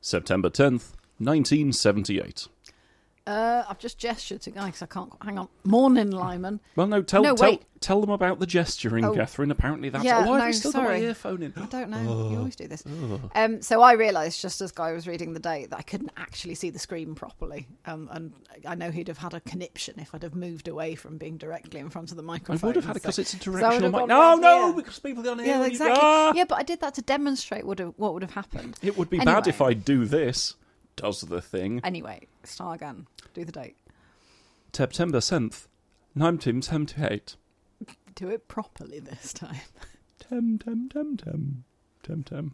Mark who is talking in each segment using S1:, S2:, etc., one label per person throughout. S1: September 10th, 1978.
S2: Uh, I've just gestured to guy because I can't. Hang on. Morning,
S1: Oh.
S2: Lyman.
S1: Well, no, tell
S2: No,
S1: tell,
S2: wait.
S1: tell them about the gesturing,
S2: Oh.
S1: Catherine. Apparently that's
S2: Yeah,
S1: why have
S2: no,
S1: I still got
S2: sorry.
S1: my earphone in.
S2: I don't
S1: Oh.
S2: know. You always do this. Um, so I realised just as Guy was reading the date that I couldn't actually see the screen properly. Um, and I know he'd have had a conniption if I'd have moved away from being directly in front of the
S1: I
S2: microphone.
S1: would have had it
S2: So-
S1: because it's a
S2: would
S1: directional
S2: have
S1: mic.
S2: gone
S1: No,
S2: round
S1: Oh, no,
S2: here.
S1: because people don't hear
S2: Yeah,
S1: when you-
S2: exactly.
S1: Ah!
S2: Yeah, but I did that to demonstrate what have, what would have happened.
S1: It would be bad
S2: Anyway.
S1: if I do this. Does the thing.
S2: Anyway, start again. Do the date.
S1: September 10th, 1978.
S2: Do it properly this time.
S1: Tem, tem, tem, tem. Tem, tem.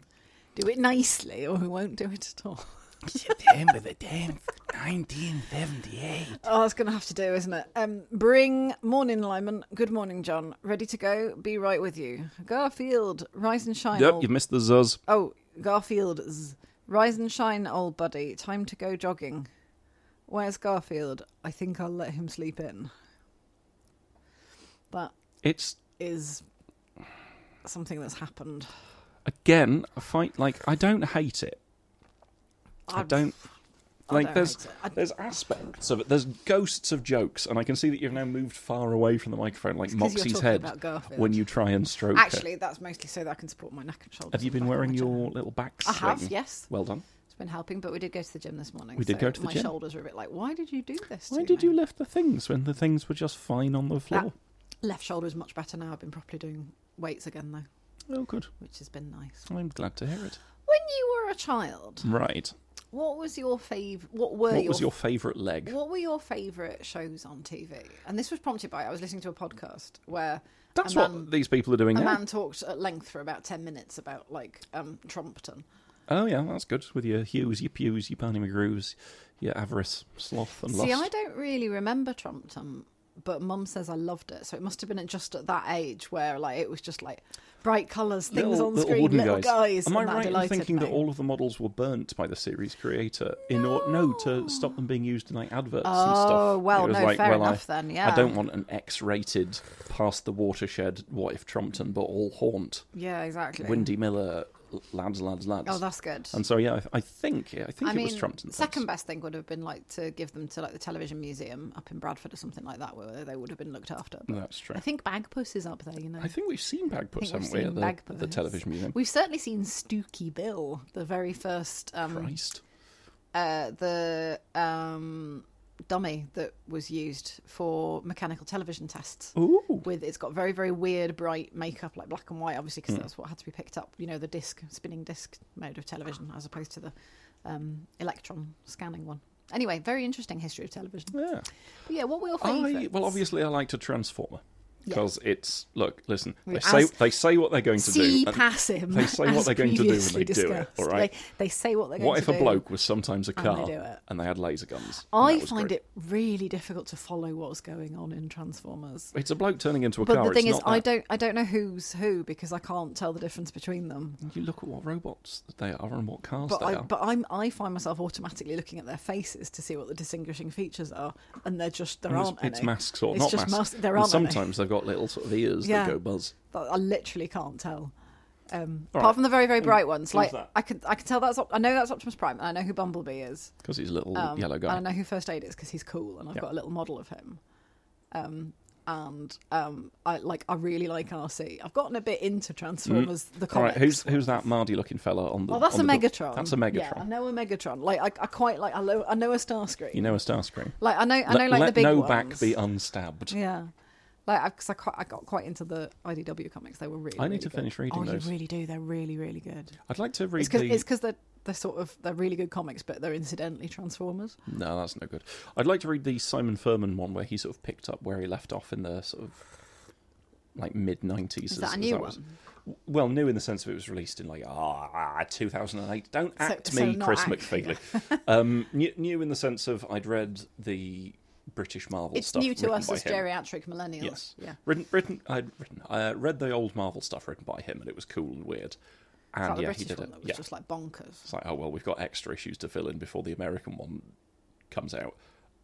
S2: Do it nicely, or we won't do it at all.
S1: September the 10th, 1978.
S2: Oh, it's going to have to do, isn't it? Um, bring morning, Lyman. Good morning, John. Ready to go? Be right with you. Garfield, rise and shine.
S1: Yep,
S2: old-
S1: you missed the zuz.
S2: Oh, Garfield, zzz. rise and shine, old buddy. Time to go jogging. Where's Garfield? I think I'll let him sleep in. That
S1: It's,
S2: is something that's happened.
S1: again, a fight. Like, I don't hate it. I
S2: I've-
S1: don't.
S2: I
S1: Like
S2: don't
S1: there's
S2: hate it. I-
S1: there's aspects of it. There's ghosts of jokes, and I can see that you've now moved far away from the microphone, like
S2: 'cause you're
S1: Moxie's
S2: talking
S1: head,
S2: about Garfield.
S1: when you try and stroke it.
S2: Actually, that's mostly so that I can support my neck and shoulders.
S1: Have you
S2: on the
S1: been
S2: back of
S1: wearing
S2: my chair.
S1: your little back
S2: I
S1: sling?
S2: have, yes.
S1: Well done.
S2: It's been helping, but we did go to the gym this morning.
S1: We did
S2: so
S1: go to the
S2: my
S1: gym.
S2: shoulders were a bit like, why did you do this?
S1: Why
S2: to
S1: did
S2: me?"
S1: you lift the things when the things were just fine on the floor?
S2: Left shoulder is much better now. I've been properly doing weights again though,
S1: Oh, good.
S2: which has been nice.
S1: I'm glad to hear it.
S2: When you were a child,
S1: Right.
S2: what was your fav? What were
S1: what
S2: your,
S1: was your favourite leg?
S2: What were your favourite shows on TV? And this was prompted by I was listening to a podcast where
S1: That's
S2: a man,
S1: what these people are doing
S2: a
S1: now.
S2: man talked at length for about ten minutes about like um, Trompton.
S1: Oh, yeah, that's good. With your Hughes, your Pews, your Barney McGrews, your avarice, sloth, and
S2: See,
S1: lust.
S2: I don't really remember Trompton, but Mum says I loved it. So it must have been just at that age where like it was just like bright colours, things
S1: little,
S2: on
S1: little
S2: screen,
S1: wooden
S2: little
S1: guys.
S2: guys.
S1: Am I
S2: and that
S1: right in
S2: delighted
S1: thinking that
S2: me.
S1: all of the models were burnt by the series creator in order no to stop them being used in like adverts and stuff?
S2: Oh, well,
S1: it was
S2: no,
S1: like,
S2: fair
S1: well,
S2: enough
S1: I,
S2: then, yeah.
S1: I don't want an X-rated, past the watershed, what if Trompton, but all haunt,
S2: Yeah, exactly.
S1: Windy Miller, l- lads, lads, lads.
S2: Oh, that's good.
S1: and so yeah, I, I think yeah, I think
S2: I
S1: it
S2: mean,
S1: was Trompton.
S2: second
S1: thanks.
S2: best thing would have been like to give them to like the television museum up in Bradford or something like that, where they would have been looked after. But
S1: That's true.
S2: I think Bagpuss is up there, you know.
S1: I think we've seen Bagpuss,
S2: I think
S1: haven't we?
S2: we've seen
S1: At the, at the
S2: Bagpuss.
S1: television museum.
S2: We've certainly seen Stooky Bill, the very first um,
S1: Christ.
S2: uh, the um, dummy that was used for mechanical television tests.
S1: Ooh.
S2: With it's got very very weird bright makeup like black and white obviously
S1: Hmm.
S2: because that's what had to be picked up you know the disc spinning disc mode of television as opposed to the um, electron scanning one anyway very interesting history of television
S1: Yeah.
S2: but yeah what were your
S1: I,
S2: favourites
S1: well, obviously, I liked a Transformer
S2: Yeah.
S1: because it's look, listen. They
S2: We-
S1: say
S2: as-
S1: they say what they're going to
S2: see
S1: do. and
S2: pass him
S1: they say what
S2: as
S1: they're going to do when
S2: previously
S1: they do it,
S2: discussed.
S1: all right?
S2: they, they say what they're going
S1: what
S2: to
S1: if
S2: do
S1: a bloke was sometimes a
S2: they
S1: car
S2: do it.
S1: and they had laser guns? And
S2: I
S1: that was
S2: find
S1: great.
S2: it really difficult to follow what's going on in Transformers
S1: It's a bloke turning into a
S2: But
S1: car.
S2: the thing
S1: it's
S2: is,
S1: not
S2: I
S1: that-
S2: don't, I don't know who's who because I can't tell the difference between them.
S1: You look at what robots they are and what cars
S2: But
S1: they
S2: I,
S1: are.
S2: but I'm, I find myself automatically looking at their faces to see what the distinguishing features are, and they're just there
S1: And it's,
S2: aren't
S1: it's
S2: any.
S1: masks or
S2: It's
S1: not
S2: just
S1: masks.
S2: mas- there
S1: and
S2: aren't any.
S1: sometimes they've got little sort of ears
S2: Yeah.
S1: that go buzz.
S2: But I literally can't tell. Um,
S1: All
S2: apart
S1: right.
S2: from the very, very bright ones,
S1: who's
S2: like
S1: that?
S2: I could, I could tell that's, Op- I know that's Optimus Prime, and I know who Bumblebee is.
S1: Because he's a little
S2: Um,
S1: yellow
S2: And
S1: guy.
S2: I know who First Aid is because he's cool, and I've
S1: Yeah.
S2: got a little model of him. Um, and um, I like, I really like RC. I've gotten a bit into Transformers. The
S1: Mm. All right,
S2: comics.
S1: who's who's that Mardy looking fella on the?
S2: Well, that's a
S1: on the-
S2: Megatron.
S1: That's a
S2: Yeah, I
S1: Megatron.
S2: know a Megatron. Like I, I quite like. I know, I know a Starscream.
S1: You know a Starscream.
S2: like I know, I know
S1: let
S2: like
S1: let
S2: the big
S1: no
S2: ones.
S1: back be unstabbed.
S2: yeah, like because I, quite, I got quite into the IDW comics. They were really.
S1: I need
S2: really
S1: to
S2: good.
S1: finish reading
S2: Oh,
S1: those.
S2: you really do. They're really, really good.
S1: I'd like to read
S2: It's because
S1: the.
S2: it's because they're they're sort of they're really good comics, but they're incidentally Transformers.
S1: No, that's no good. I'd like to read the Simon Furman one where he sort of picked up where he left off in the sort of like mid nineties.
S2: Is that a new one?
S1: Well, new in the sense of it was released in like ah two thousand and eight. Don't act
S2: so
S1: me,
S2: not
S1: Chris
S2: act-
S1: McFeely. um, new, new in the sense of I'd read the British Marvel
S2: It's
S1: stuff.
S2: new to
S1: written
S2: us
S1: by
S2: as
S1: him.
S2: geriatric millennials.
S1: Yes.
S2: Yeah.
S1: Written, written, I'd written, I read the old Marvel stuff written by him, and it was cool and weird.
S2: It's
S1: And
S2: like the
S1: yeah,
S2: British
S1: he did
S2: one
S1: it.
S2: that was
S1: yeah.
S2: just like bonkers.
S1: It's like, oh well, we've got extra issues to fill in before the American one comes out.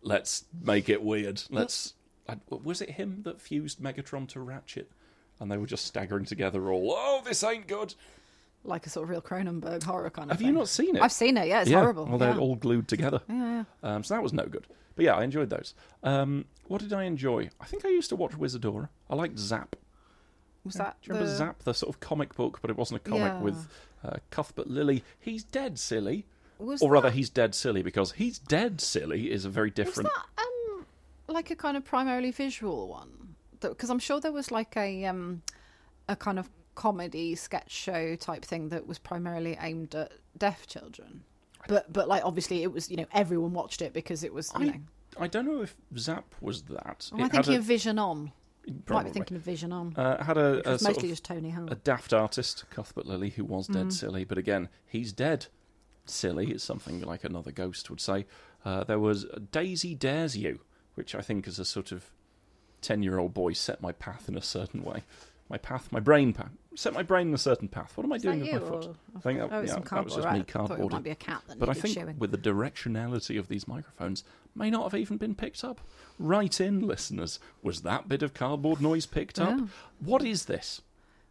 S1: Let's make it weird. Let's. I, was it him that fused Megatron to Ratchet, and they were just staggering together? All, oh, this ain't good.
S2: like a sort of real Cronenberg horror kind of
S1: Have
S2: thing.
S1: you not seen it?
S2: I've seen it. Yeah, it's
S1: yeah.
S2: horrible.
S1: Well, they're
S2: yeah.
S1: all glued together.
S2: yeah, yeah.
S1: Um, so that was no good. But yeah, I enjoyed those. Um, what did I enjoy? I think I used to watch Wizardora. I liked Zap.
S2: Was
S1: Yeah.
S2: that
S1: Do you remember
S2: the-
S1: Zap, the sort of comic book, but it wasn't a comic
S2: Yeah.
S1: with uh, Cuthbert Lilly? He's dead silly.
S2: Was
S1: Or
S2: that-
S1: rather, he's dead silly because he's dead silly is a very
S2: was
S1: different.
S2: that um like a kind of primarily visual one? Because I'm sure there was like a um a kind of comedy sketch show type thing that was primarily aimed at deaf children. But but like obviously it was you know everyone watched it because it was you know.
S1: I, I don't know if Zap was that.
S2: Am Oh, I
S1: It had
S2: thinking
S1: a-
S2: of Vision On? Might
S1: probably.
S2: be thinking of Vision On.
S1: Uh, had a,
S2: which
S1: a
S2: was
S1: sort
S2: mostly
S1: of
S2: just Mm. Tony Howell.
S1: a daft artist, Cuthbert Lilly, who was dead silly, but again, he's dead silly, is something like another ghost would say. Uh, there was Daisy Dares You, which I think as a sort of 10 year old boy set my path in a certain way. My path, my brain path. Set my brain in a certain path. What am I
S2: Is
S1: doing
S2: that
S1: with
S2: you
S1: my foot?
S2: or-
S1: I think that,
S2: Oh, it's
S1: yeah,
S2: some
S1: that was
S2: cardboard.
S1: just
S2: right.
S1: me
S2: I thought it
S1: cardboarding.
S2: might be a cat that
S1: But I
S2: needed
S1: think
S2: showing.
S1: with the directionality of these microphones, may not have even been picked up. Write in, listeners. Was that bit of cardboard noise picked up?
S2: Yeah.
S1: What is this?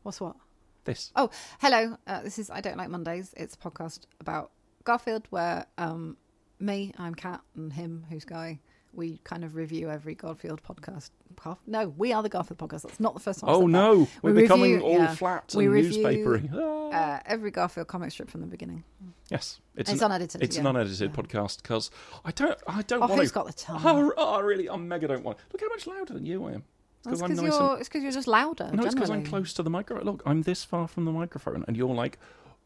S2: What's what?
S1: This.
S2: Oh, hello. Uh, this is I Don't Like Mondays. It's a podcast about Garfield where um, me, I'm Kat, and him, who's Guy, we kind of review every Garfield podcast. Gar- No, we are the Garfield podcast. That's not the first time. I've
S1: Oh
S2: said that.
S1: no, we're
S2: We
S1: becoming
S2: review-
S1: all
S2: yeah.
S1: flat
S2: We
S1: and
S2: review-
S1: newspapering. Ah.
S2: Uh, every Garfield comic strip from the beginning.
S1: yes, it's,
S2: It's
S1: an,
S2: unedited.
S1: it's an
S2: yeah.
S1: unedited podcast because I don't, I don't
S2: Oh,
S1: want
S2: who's
S1: to.
S2: got the time?
S1: Oh, I really, I mega don't want. Look how much louder than you I am.
S2: That's
S1: Because I'm
S2: because
S1: nice.
S2: you're, it's 'cause you're just louder.
S1: and, no, it's because I'm
S2: generally.
S1: close to the microphone. Look, I'm this far from the microphone, and you're like,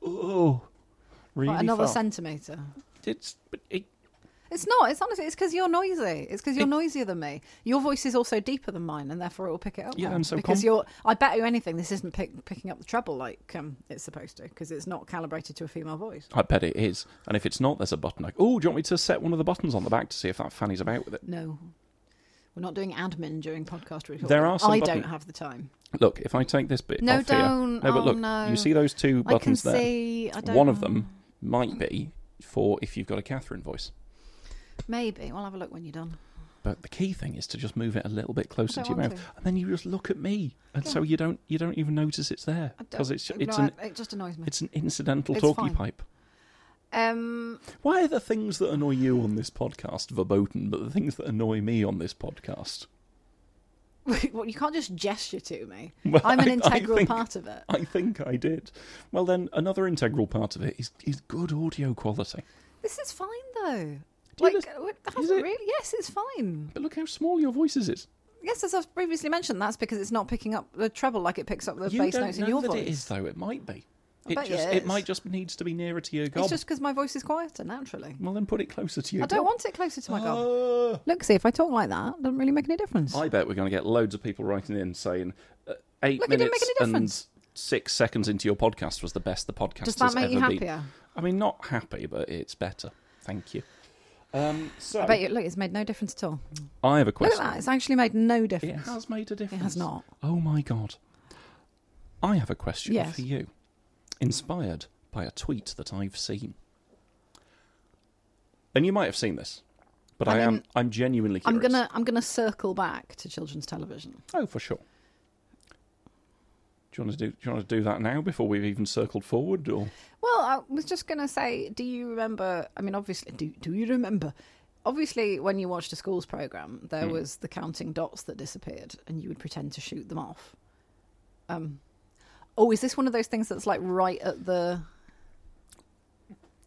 S1: oh, really
S2: What, another
S1: far.
S2: centimetre.
S1: It's but it,
S2: It's not. It's honestly, it's because you're noisy. It's because you're noisier than me. Your voice is also deeper than mine, and therefore it will pick it up.
S1: Yeah,
S2: more.
S1: and so
S2: because
S1: com-
S2: you're. I bet you anything, this isn't pick, picking up the treble like um, it's supposed to, because it's not calibrated to a female voice.
S1: I bet it is. And if it's not, there's a button. Like, oh, do you want me to set one of the buttons on the back to see if that fanny's about with it?
S2: No, we're not doing admin during podcast recording.
S1: There are some
S2: I
S1: button-
S2: don't have the time.
S1: Look, if I take this bit
S2: No,
S1: off here-
S2: don't.
S1: no, but
S2: Oh,
S1: look,
S2: no.
S1: you see those two
S2: I can
S1: buttons there.
S2: see. I don't
S1: One of
S2: know.
S1: them might be for if you've got a Catherine voice.
S2: Maybe we'll have a look when you're done.
S1: But the key thing is to just move it a little bit closer
S2: I
S1: to
S2: don't
S1: your mouth,
S2: want
S1: and then you just look at me, and so you don't you don't even notice it's there
S2: I don't-
S1: because it's it's
S2: no,
S1: an
S2: I- it just annoys me.
S1: it's an incidental
S2: It's
S1: talkie
S2: fine.
S1: pipe.
S2: Um,
S1: Why are the things that annoy you on this podcast verboten, but the things that annoy me on this podcast?
S2: well, you can't just gesture to me.
S1: Well,
S2: I'm an
S1: I- I
S2: integral
S1: think-
S2: part of it.
S1: I think I did. Well, then another integral part of it is is good audio quality.
S2: This is fine though.
S1: Do you
S2: like,
S1: just-
S2: it
S1: is
S2: hasn't
S1: it?
S2: really. Yes, it's fine.
S1: But look how small your voice is.
S2: Yes, as I've previously mentioned, that's because it's not picking up the treble like it picks up the
S1: you
S2: bass
S1: don't
S2: notes
S1: know
S2: in your
S1: that
S2: voice.
S1: it is, though. It might be.
S2: I
S1: it
S2: bet you
S1: just
S2: it
S1: it
S2: is.
S1: might just needs to be nearer to your gob.
S2: It's just because my voice is quieter naturally.
S1: Well, then put it closer to your. Ah.
S2: I don't want it closer to my gob. Look, see if I talk like that, it doesn't really make any difference.
S1: Oh. I bet we're going to get loads of people writing in saying uh, eight
S2: Look, it didn't make
S1: minutes
S2: any
S1: and
S2: difference.
S1: six seconds into your podcast was the best the podcast
S2: Does that
S1: has
S2: make
S1: ever
S2: you
S1: been.
S2: happier?
S1: I mean, not happy, but it's better. Thank you. Um, so
S2: I bet you. Look, it's made no difference at all.
S1: I have a
S2: Look
S1: question.
S2: at that. It's actually made no
S1: It
S2: difference.
S1: has made a
S2: It
S1: difference.
S2: has not.
S1: Oh my god. I have a question
S2: Yes.
S1: for you, inspired by a tweet that I've seen. And you might have seen this, but I,
S2: I
S1: am
S2: mean,
S1: I'm genuinely curious.
S2: I'm gonna I'm gonna circle back to children's television.
S1: Oh, for sure. Do you want to do? Do you want to do that now before we've even circled forward? Or
S2: Well, I was just going to say, do you remember? I mean, obviously, do, do you remember? Obviously, when you watched a school's program, there
S1: Hmm.
S2: was the counting dots that disappeared, and you would pretend to shoot them off. Um, oh, is this one of those things that's like right at the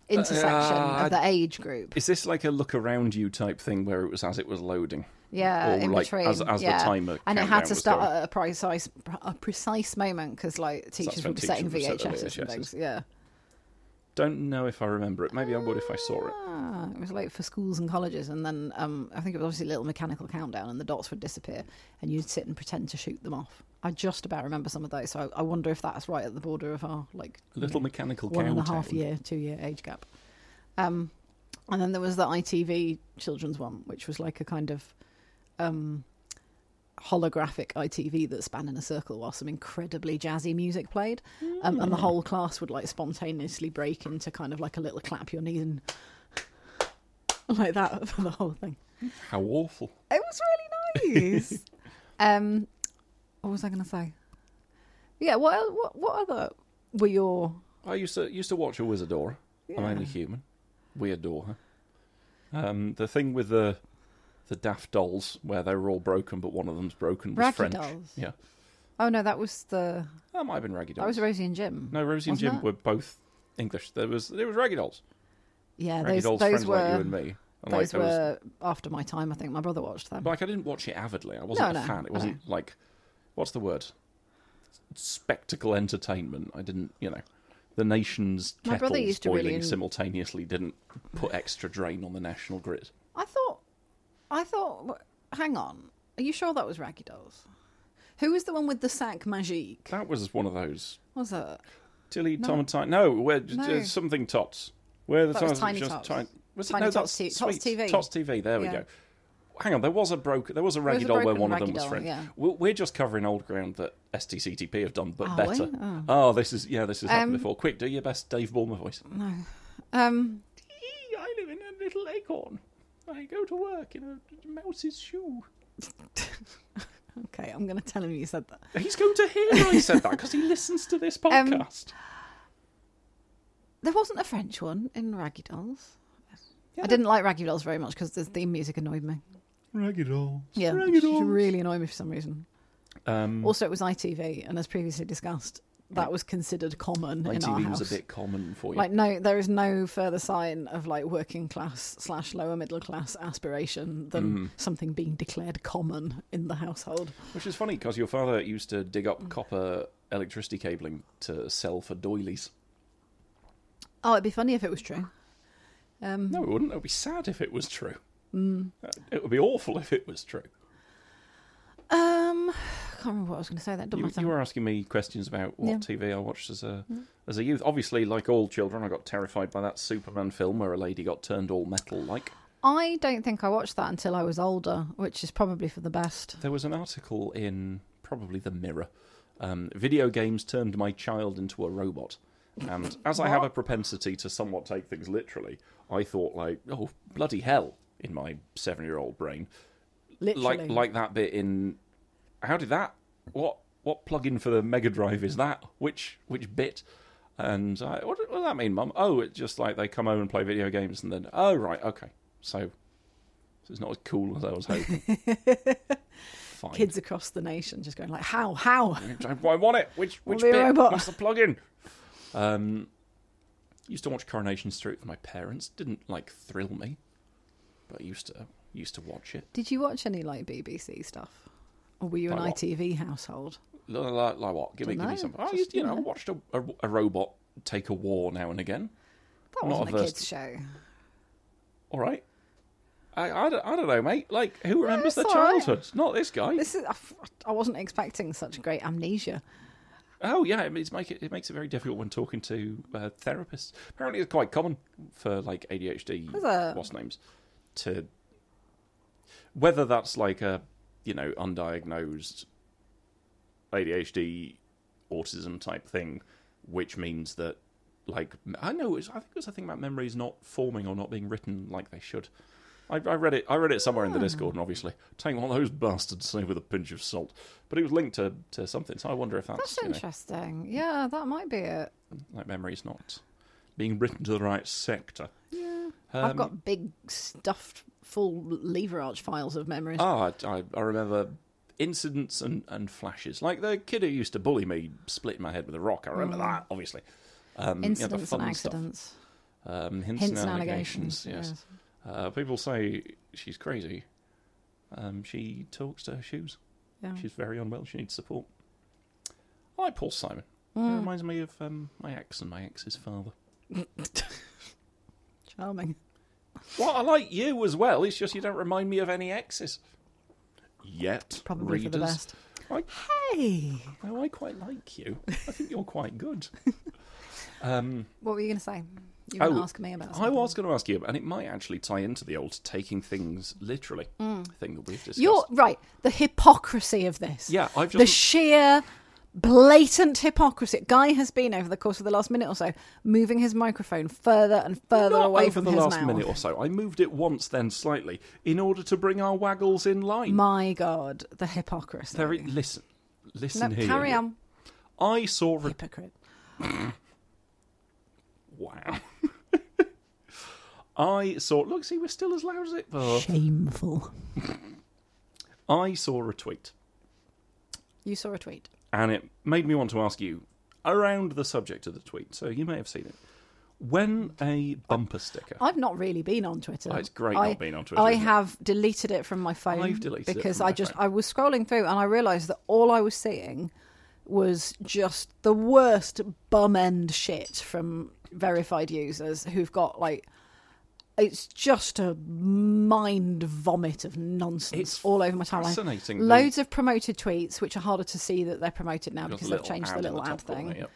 S2: intersection
S1: Uh,
S2: of the age group?
S1: is this like a look around you type thing where it was as it was loading,
S2: Yeah,
S1: or
S2: Uh, in
S1: like
S2: between.
S1: as as
S2: yeah.
S1: the timer
S2: and it had
S1: countdown
S2: to
S1: was
S2: start
S1: going?
S2: at a precise a precise moment because like teachers
S1: when
S2: would be setting
S1: teachers would set their
S2: VHS and
S1: VHSs.
S2: things. Yeah.
S1: Don't know if I remember it. Maybe I would if I saw it.
S2: Ah, it was like for schools and colleges, and then um, I think it was obviously a little mechanical countdown, and the dots would disappear, and you'd sit and pretend to shoot them off. I just about remember some of those, so I, I wonder if that's right at the border of our like
S1: A little mechanical
S2: one and a
S1: countdown.
S2: half year, two year age gap. Um, and then there was the ITV children's one, which was like a kind of um, holographic ITV that span in a circle while some incredibly jazzy music played. Um, and the whole class would like spontaneously break into kind of like a little clap your knees and like that for the whole thing.
S1: How awful!
S2: It was really nice. um, what was I going to say? Yeah. What el- what what other were your
S1: I used to used to watch a Wizardora. I'm only human. We adore her. Um, the thing with the the daft dolls where they were all broken, but one of them's broken was
S2: Raggy
S1: French.
S2: dolls.
S1: Yeah,
S2: Oh no, that was the
S1: that might have been Raggy
S2: that
S1: dolls.
S2: was Rosie and Jim.
S1: no, Rosie and
S2: wasn't
S1: Jim
S2: it?
S1: were both English. There was there was Raggy dolls.
S2: yeah,
S1: Raggy
S2: those
S1: dolls,
S2: those
S1: friends
S2: were
S1: like you and me. And like,
S2: those
S1: there was-
S2: were after my time. I think my brother watched them.
S1: like I didn't watch it avidly. I wasn't
S2: No,
S1: a
S2: no,
S1: fan. It
S2: I
S1: wasn't like what's the word? Spectacle entertainment. I didn't, you know, the nation's
S2: My brother
S1: kettles
S2: used to
S1: boiling
S2: really en-
S1: simultaneously didn't put extra drain on the national grid.
S2: I thought, I thought. wh- Hang on, are you sure that was Raggy Dolls? Who was the one with the sac magique?
S1: That was one of those
S2: Was it?
S1: Tilly Tom and Tiny. No, where
S2: No.
S1: uh, something tots. Where the
S2: That was
S1: Tots-
S2: Tiny
S1: just
S2: Tots.
S1: Tiny, was it
S2: Tiny
S1: no, that's
S2: Tots T- Tots
S1: sweet.
S2: TV.
S1: Tots TV. There we
S2: Yeah.
S1: go. Hang on, there was a broke. There was a raggy
S2: was a
S1: doll where
S2: broken
S1: one of
S2: Raggy
S1: them was
S2: Doll,
S1: French.
S2: yeah.
S1: We're, we're just covering old ground that STCTP have done, but
S2: Are we?
S1: better.
S2: Oh.
S1: this is yeah, this has
S2: Um,
S1: happened before. Quick, do your best, Dave Bulmer voice.
S2: No. Um.
S1: I live in a little acorn. I go to work in a mouse's shoe.
S2: Okay, I'm going to tell him you said that.
S1: He's going to hear I said that because he listens to
S2: Um,
S1: this podcast.
S2: There wasn't a French one in Raggy Dolls.
S1: Yeah.
S2: I didn't like Raggy Dolls very much because the theme music annoyed me.
S1: Raggy doll.
S2: Yeah,
S1: Raggy
S2: it
S1: doll.
S2: really annoyed me for some reason.
S1: Um,
S2: Also, it was ITV, and as previously discussed, that was considered common in our
S1: ITV was
S2: house.
S1: a bit common for you.
S2: Like no, there is no further sign of like working class slash lower middle class aspiration than
S1: Mm-hmm.
S2: something being declared common in the household.
S1: Which is funny because your father used to dig up copper electricity cabling to sell for doilies.
S2: Oh, it'd be funny if it was true. Um,
S1: No, it wouldn't. It would be sad if it was true.
S2: Mm.
S1: Uh, It would be awful if it was true.
S2: um, I can't remember what I was going to say. That doesn't
S1: You,
S2: matter.
S1: you were asking me questions about what
S2: Yeah. Mm.
S1: TV I watched as a as a youth. Obviously, like all children, I got terrified by that Superman film where a lady got turned all metal. Like
S2: I don't think I watched that until I was older, which is probably for the best.
S1: there was an article in probably the Mirror. Um, Video games turned my child into a robot. And as I have a propensity to somewhat take things literally, I thought like, oh bloody hell, in my seven-year-old brain,
S2: Literally,
S1: like like that bit in how did that what what plug-in for the Mega Drive is that which which bit and I, what, what does that mean mum oh it's just like they come home and play video games and then oh right okay so, so it's not as cool as I was hoping fine
S2: kids across the nation just going like, "How? How?"
S1: I, I want it which which
S2: be a
S1: bit
S2: robot.
S1: what's the plug-in um used to watch Coronation Street with my parents didn't like thrill me but I used to used to watch it
S2: Did you watch any like BBC stuff, or were you an
S1: Like what?
S2: ITV household?
S1: Like, like, like what? Give me, give me
S2: Dunno,
S1: something. I
S2: just,
S1: used, you
S2: you
S1: know,
S2: know.
S1: watched a, a, a robot take a war now and again.
S2: That
S1: I'm not
S2: wasn't a
S1: averse
S2: kids' show.
S1: All right. I, I, don't, I don't know, mate. Like, who remembers their
S2: it's all right.
S1: childhood? Not this guy.
S2: This is. I f- I wasn't expecting such great amnesia.
S1: Oh, yeah. It's make it, it makes it very difficult when talking to uh, therapists. Apparently, it's quite common for like ADHD.
S2: Is it?
S1: What's names? To whether that's like a you know undiagnosed ADHD autism type thing, which means that like I know it's, I think it was a thing about memories not forming or not being written like they should. I, I read it. I read it somewhere
S2: Hmm.
S1: in the Discord, and obviously, take one of those bastards say with a pinch of salt. But it was linked to, to something, so I wonder if that's,
S2: That's
S1: you know,
S2: interesting. Yeah, that might be it.
S1: like memories not being written to the right sector.
S2: Yeah,
S1: Um,
S2: I've got big stuffed full lever arch files of memories.
S1: Ah, I, I remember incidents and, and flashes. Like the kid who used to bully me, split my head with a rock. I remember that, obviously. Um, you know, the
S2: Mm. Incidents
S1: fun
S2: and
S1: stuff.
S2: accidents.
S1: Um, hints,
S2: Hints
S1: and
S2: and
S1: allegations.
S2: allegations.
S1: Yes. Uh, people say she's crazy. Um, she talks to her shoes.
S2: Yeah.
S1: She's very unwell. She needs support. I like Paul Simon.
S2: Mm.
S1: He reminds me of um, my ex and my ex's father.
S2: Charming.
S1: Well, I like you as well. It's just you don't remind me of any exes. Yet,
S2: Probably for the
S1: readers.
S2: best.
S1: I,
S2: Hey,
S1: no, I quite like you. I think you're quite good. Um,
S2: what were you going to say? You were going
S1: Oh,
S2: to ask me about.
S1: I
S2: Something.
S1: was going to ask you, and it might actually tie into the old taking things literally thing that we've discussed.
S2: Mm. You're right. The hypocrisy of this.
S1: Yeah, I've just
S2: The sheer blatant hypocrisy. Guy has been over the course of the last minute or so moving his microphone further and further
S1: not
S2: away
S1: over
S2: from
S1: the
S2: his
S1: last
S2: mouth.
S1: minute or so. I moved it once, then slightly, in order to bring our waggles in line.
S2: My God, the hypocrisy.
S1: There, it- listen, listen
S2: no,
S1: here.
S2: carry on,
S1: I saw a
S2: hypocrite.
S1: Wow. I saw. Look, see, we're still as loud as it. Oh,
S2: Shameful.
S1: I saw a tweet,
S2: You saw a tweet.
S1: and it made me want to ask you around the subject of the tweet. So you may have seen it. When a bumper sticker.
S2: I've not really been on Twitter.
S1: Oh, it's great
S2: I,
S1: not being on Twitter,
S2: I
S1: isn't it?
S2: have deleted it from my phone
S1: I've deleted it
S2: because
S1: from
S2: I
S1: my
S2: just
S1: phone.
S2: I was scrolling through and I realised that all I was seeing was just the worst bum end shit from verified users who've got like it's just a mind vomit of nonsense
S1: It's
S2: all over my timeline.
S1: fascinating, the-
S2: Loads of promoted tweets, which are harder to see that they're promoted now
S1: Got
S2: because
S1: a
S2: they've
S1: little
S2: changed
S1: ad
S2: the
S1: in
S2: little ad
S1: top corner,
S2: thing
S1: yep.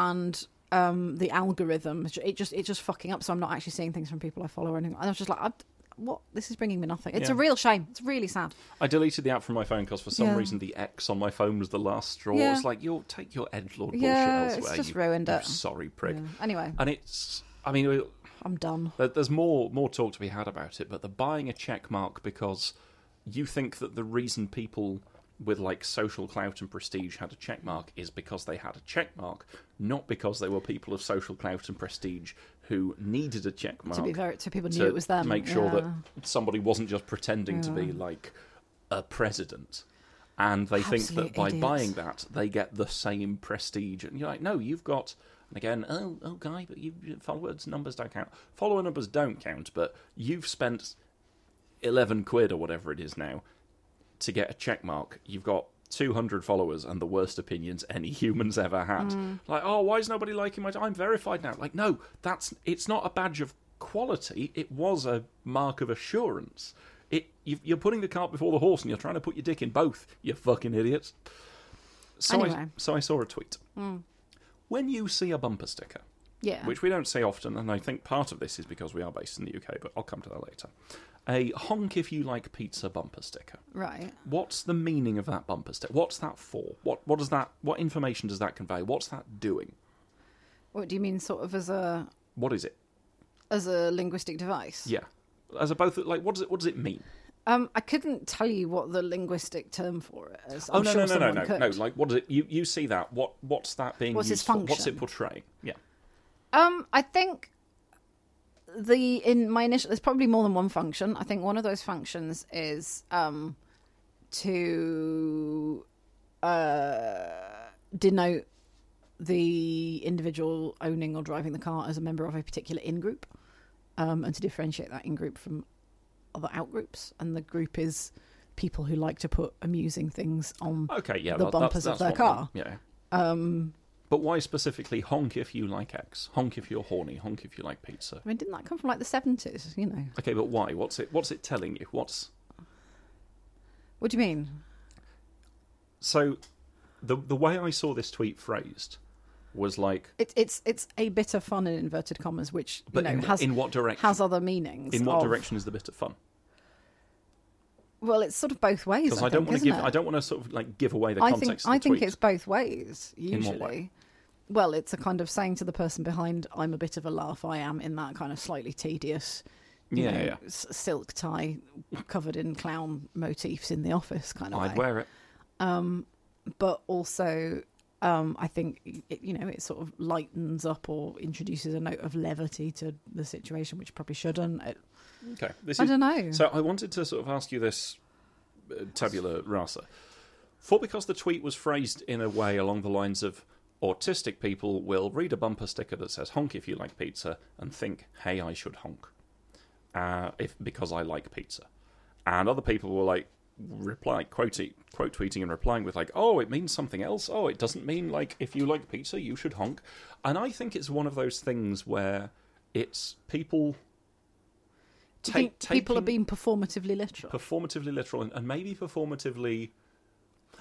S2: and um, the algorithm it just it just fucking up so i'm not actually seeing things from people i follow or anything and i was just like I, what this is bringing me nothing it's a
S1: Yeah.
S2: real shame it's really sad
S1: I deleted the app from my phone because for some
S2: Yeah.
S1: reason the X on my phone was the last straw.
S2: Yeah.
S1: It's like you'll take your edgelord bullshit
S2: Yeah, it's
S1: elsewhere.
S2: just
S1: you,
S2: ruined
S1: you
S2: it.
S1: Sorry, prick.
S2: Yeah. anyway
S1: And it's. I mean, we-
S2: i'm done
S1: there- there's more more talk to be had about it, but the buying a check mark because you think that the reason people with like social clout and prestige had a check mark is because they had a check mark, not because they were people of social clout and prestige who needed a check mark
S2: to be very to people knew
S1: to
S2: it was them
S1: make sure
S2: Yeah.
S1: that somebody wasn't just pretending to be like a president. And they think
S2: Absolute
S1: that by
S2: idiots.
S1: buying that, they get the same prestige. And you're like, no, you've got. And again, oh, oh, guy, but you you- followers numbers don't count. Follower numbers don't count, but you've spent eleven quid or whatever it is now to get a check mark. You've got two hundred followers and the worst opinions any humans ever had.
S2: Mm.
S1: Like, oh, why is nobody liking my? I'm verified now. Like, no, that's it's not a badge of quality. It was a mark of assurance. It you, you're putting the cart before the horse, and you're trying to put your dick in both. You fucking idiots. So I,
S2: Anyway. Mm.
S1: so I saw a tweet. When you see a bumper sticker,
S2: yeah
S1: which we don't see often, and I think part of this is because we are based in the UK, but I'll come to that later. A honk if you like pizza bumper sticker.
S2: right
S1: What's the meaning of that bumper sticker? What's that for? What what does that what information does that convey? What's that doing?
S2: what do you mean sort of as a
S1: What is it?
S2: as a linguistic device
S1: Yeah. As a both like what does it what does it mean?
S2: um i couldn't tell you what the linguistic term for it is
S1: oh
S2: i'm
S1: no
S2: sure
S1: no no no
S2: someone
S1: no
S2: could
S1: no like what does it you, you see that what what's that being
S2: What's its
S1: used for? What's
S2: function?
S1: it portraying? Yeah.
S2: Um, I think the in my initial there's probably more than one function. I think one of those functions is um to uh denote the individual owning or driving the car as a member of a particular in group, um, and to differentiate that in group from other out groups. And the group is people who like to put amusing things on.
S1: Okay, yeah.
S2: The
S1: that-
S2: bumpers
S1: that's,
S2: of their
S1: that's one
S2: car.
S1: thing. Yeah. Um but why specifically honk if you like X? Honk if you're horny. Honk if you like pizza.
S2: I mean, didn't that come from like the seventies? You know,
S1: Okay, but why? What's it? What's it telling you? What's
S2: what do you mean?
S1: so? The the way I saw this tweet phrased was like,
S2: It, it's it's a bit of fun in inverted commas, which
S1: but
S2: you know
S1: in,
S2: has
S1: in what direction?
S2: has other meanings.
S1: in what
S2: of-
S1: direction is the bit of fun?
S2: Well, it's sort of both ways.
S1: Because I, don't
S2: want to
S1: give. I don't want to sort of like give away the
S2: I
S1: context.
S2: think
S1: of the
S2: I think
S1: tweet.
S2: it's both ways
S1: In
S2: usually.
S1: what way?
S2: Well, it's a kind of saying to the person behind, "I'm a bit of a laugh. I am in that kind of slightly tedious, you
S1: Yeah,
S2: know,
S1: yeah.
S2: s- silk tie covered in clown motifs in the office kind of
S1: I'd
S2: way."
S1: wear it.
S2: But also. Um, I think it, you know it sort of lightens up or introduces a note of levity to the situation, which probably shouldn't. It,
S1: Okay, this
S2: I
S1: is
S2: don't know.
S1: So I wanted to sort of ask you this, uh, tabula rasa. For because the tweet was phrased in a way along the lines of autistic people will read a bumper sticker that says honk if you like pizza and think, hey, I should honk uh, if because I like pizza. And other people were like, reply, quote, quote tweeting and replying with like, oh, it means something else. Oh, it doesn't mean like if you like pizza, you should honk. And I think it's one of those things where it's people.
S2: Do you
S1: ta-
S2: think people are
S1: taking-
S2: being performatively literal.
S1: performatively literal and, and maybe performatively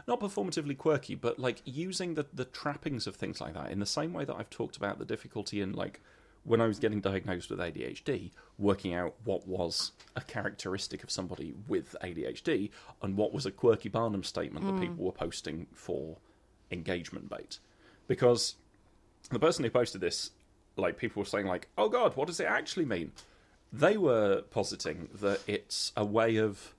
S1: not performatively quirky but like using the the trappings of things like that in the same way that I've talked about the difficulty in like when I was getting diagnosed with ADHD working out what was a characteristic of somebody with ADHD and what was a quirky Barnum statement that people were posting for engagement bait because the person who posted this, like people were saying, like, "Oh God, what does it actually mean?" They were positing that it's a way of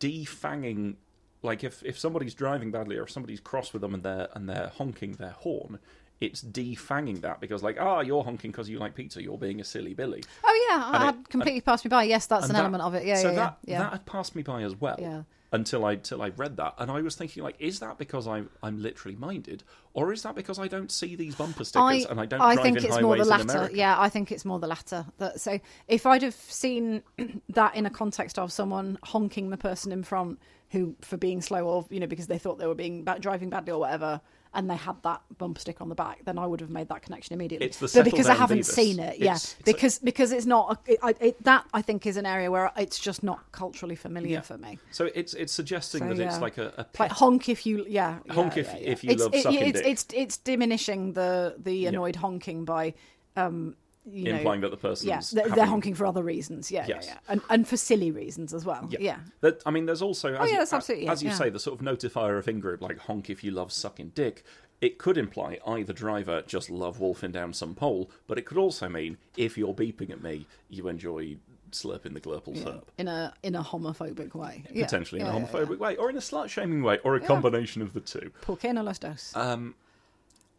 S1: defanging, like if if somebody's driving badly or if somebody's cross with them and they're and they're honking their horn, it's defanging that because like ah you're honking because you like pizza you're being a silly billy
S2: Oh yeah,
S1: And
S2: I
S1: it-
S2: had completely passed me by. Yes, that's an
S1: And that-
S2: element of it. Yeah,
S1: so
S2: yeah,
S1: that
S2: yeah.
S1: that had passed me by as well
S2: Yeah.
S1: until I till I read that, and I was thinking like, is that because I'm I'm literally minded, or is that because I don't see these bumper stickers and I don't drive
S2: think
S1: in
S2: it's
S1: highways
S2: more the
S1: in
S2: latter.
S1: America?
S2: Yeah, I think it's more the latter. That so if I'd have seen that in a context of someone honking the person in front who for being slow or you know because they thought they were being ba- driving badly or whatever. And they had that bumper stick on the back, then I would have made that connection immediately.
S1: It's the
S2: but because I
S1: settle-down
S2: haven't
S1: Beavis.
S2: seen it, yeah,
S1: It's- it's a-
S2: because because it's not a, it, I- it, that I think is an area where it's just not culturally familiar
S1: Yeah.
S2: for me.
S1: So it's it's suggesting
S2: So,
S1: that it's
S2: yeah.
S1: like a, a
S2: It's like
S1: pet-
S2: honk if you yeah yeah,
S1: Honk if-
S2: yeah, yeah.
S1: if you love
S2: it-
S1: sucking
S2: it's,
S1: dick.
S2: it's it's diminishing the the annoyed honking by um you
S1: implying
S2: know
S1: that the person's
S2: yeah they're, they're
S1: having-
S2: honking for other reasons yeah
S1: Yes.
S2: yeah, yeah. And, and for silly reasons as well yeah yeah, Oh,
S1: That, I mean, there's also as,
S2: yeah,
S1: you,
S2: that's absolutely
S1: as
S2: it,
S1: you
S2: yeah.
S1: say, the sort of notifier of in group, like honk if you love sucking dick. It could imply either driver just love wolfing down some pole, but it could also mean if you're beeping at me, you enjoy slurping the glurple slurp.
S2: in a in a homophobic way yeah.
S1: potentially
S2: yeah,
S1: in a
S2: yeah,
S1: homophobic way, or in a slut shaming way, or a combination of the two.
S2: yeah. ¿Por qué no los dos?
S1: Uh,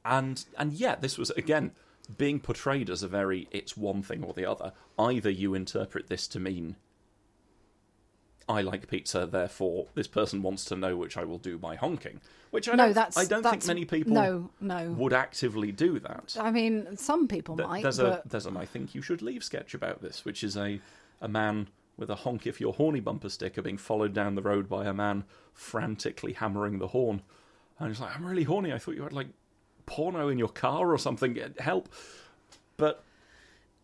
S1: And and yeah, this was again being portrayed as a very it's one thing or the other. Either you interpret this to mean I like pizza, therefore this person wants to know which I will do by honking. Which I
S2: no
S1: don't,
S2: that's
S1: I don't
S2: that's,
S1: think many people
S2: no no
S1: would actively do that.
S2: I mean some people
S1: Th-
S2: might
S1: there's
S2: but
S1: a there's an I think you should leave sketch about this, which is a a man with a honk if you're horny bumper sticker being followed down the road by a man frantically hammering the horn, and he's like, "I'm really horny. I thought you had like porno in your car or something. Get Help!" But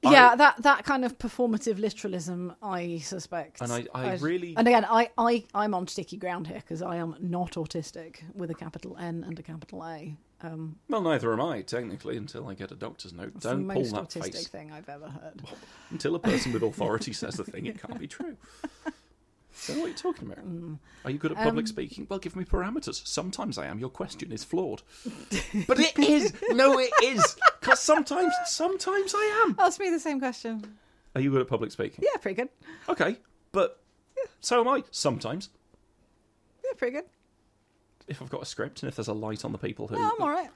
S1: I-
S2: yeah, that that kind of performative literalism, I suspect.
S1: And I- I really-
S2: and again, I I I'm on sticky ground here because I am not autistic with a capital N and a capital A. Um,
S1: well, neither am I technically until I get a doctor's note.
S2: it's
S1: Don't
S2: the
S1: pull
S2: most
S1: that
S2: autistic
S1: face
S2: thing I've ever heard.
S1: until a person with authority says the thing. It can't be true. So what are you talking about?
S2: Mm.
S1: Are you good at
S2: Um,
S1: public speaking? Well, give me parameters. Sometimes I am. Your question is flawed. But it is. No, it is. Because sometimes, sometimes I am.
S2: Ask me the same question.
S1: Are you good at public speaking?
S2: Yeah, pretty good.
S1: Okay, but so am I. Sometimes,
S2: Yeah, pretty good.
S1: if I've got a script and if there's a light on the people who,
S2: No, I'm all right.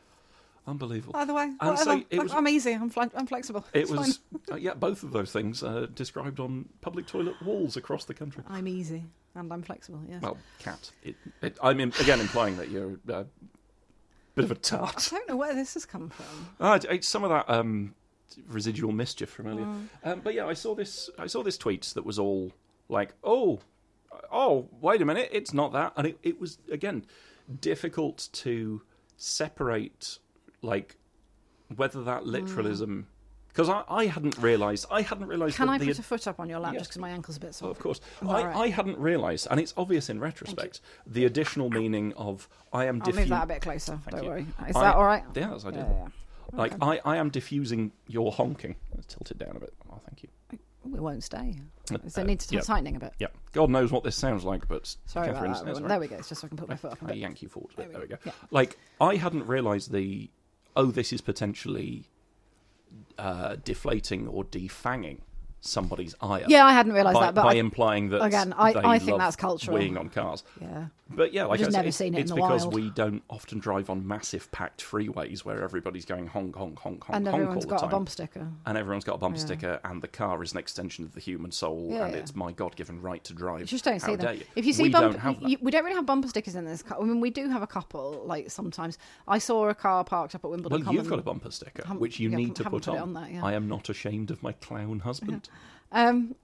S1: unbelievable.
S2: Either way,
S1: And so
S2: whatever.
S1: it was-
S2: I'm easy. I'm, fle- I'm flexible.
S1: it
S2: It's
S1: was uh, yeah, both of those things uh, described on public toilet walls across the country.
S2: Fine. I'm easy and I'm flexible. Yes.
S1: Well, cat. It, it, I'm im again implying that you're a bit of a
S2: I
S1: tart.
S2: don't know where this has come from.
S1: Ah, it- it's some of that um, residual mischief from earlier.
S2: Mm.
S1: Um, but yeah, I saw this. I saw this tweet that was all like, "Oh, oh, wait a minute, it's not that." And it, it was again difficult to separate like whether that literalism because I, I hadn't realised. I hadn't realised.
S2: Mm. Can
S1: that
S2: I
S1: the
S2: put a foot up on your lap
S1: Yes.
S2: just because my ankle's a bit
S1: Oh,
S2: sore?
S1: of course.
S2: All
S1: I,
S2: right.
S1: I hadn't realised, and it's obvious in retrospect, the additional meaning of I am
S2: I'll move that
S1: diffusing.
S2: a bit closer. don't
S1: you.
S2: worry. Is
S1: I-
S2: that all right?
S1: Yeah, that's ideal.
S2: Yeah, yeah.
S1: Like I, I am diffusing your honking. Let's tilt it down a bit. Oh, thank you.
S2: It won't stay. So
S1: uh,
S2: it needs to
S1: yeah.
S2: tightening a bit.
S1: Yeah. God knows what this sounds like, but
S2: Sorry
S1: Catherine
S2: about that.
S1: says,
S2: everyone.
S1: right,
S2: There we go. It's just so I can put my foot up a
S1: I
S2: bit.
S1: yank you forward. There,
S2: There
S1: we
S2: we
S1: go.
S2: go.
S1: Like I hadn't realised the oh, this is potentially uh, deflating or defanging somebody's ire.
S2: Yeah, I hadn't realised
S1: by,
S2: that, but
S1: by
S2: I-
S1: implying that
S2: again, I-
S1: they
S2: I think
S1: love
S2: that's cultural.
S1: Weighing on cars.
S2: Yeah.
S1: But yeah, like I
S2: just
S1: said,
S2: never
S1: it's,
S2: seen it in
S1: it's
S2: the
S1: because
S2: wild.
S1: we don't often drive on massive packed freeways where everybody's going honk honk honk honk
S2: And
S1: honk
S2: everyone's
S1: all
S2: got
S1: the
S2: a
S1: time.
S2: bumper sticker.
S1: and everyone's got a bumper
S2: Yeah.
S1: sticker, and the car is an extension of the human soul,
S2: Yeah,
S1: and
S2: yeah.
S1: it's my God-given right to drive.
S2: You just don't
S1: How
S2: see
S1: dare
S2: them.
S1: you?
S2: If you see
S1: we
S2: bumper,
S1: don't have that.
S2: we don't really have bumper stickers in this car. I mean, we do have a couple. Like sometimes, I saw a car parked up at Wimbledon.
S1: well, you've
S2: Common.
S1: got a bumper sticker,
S2: Haven't-
S1: which you
S2: yeah,
S1: need to
S2: haven't
S1: put,
S2: put it
S1: on.
S2: on that, yeah.
S1: I am not ashamed of my clown husband.
S2: Um,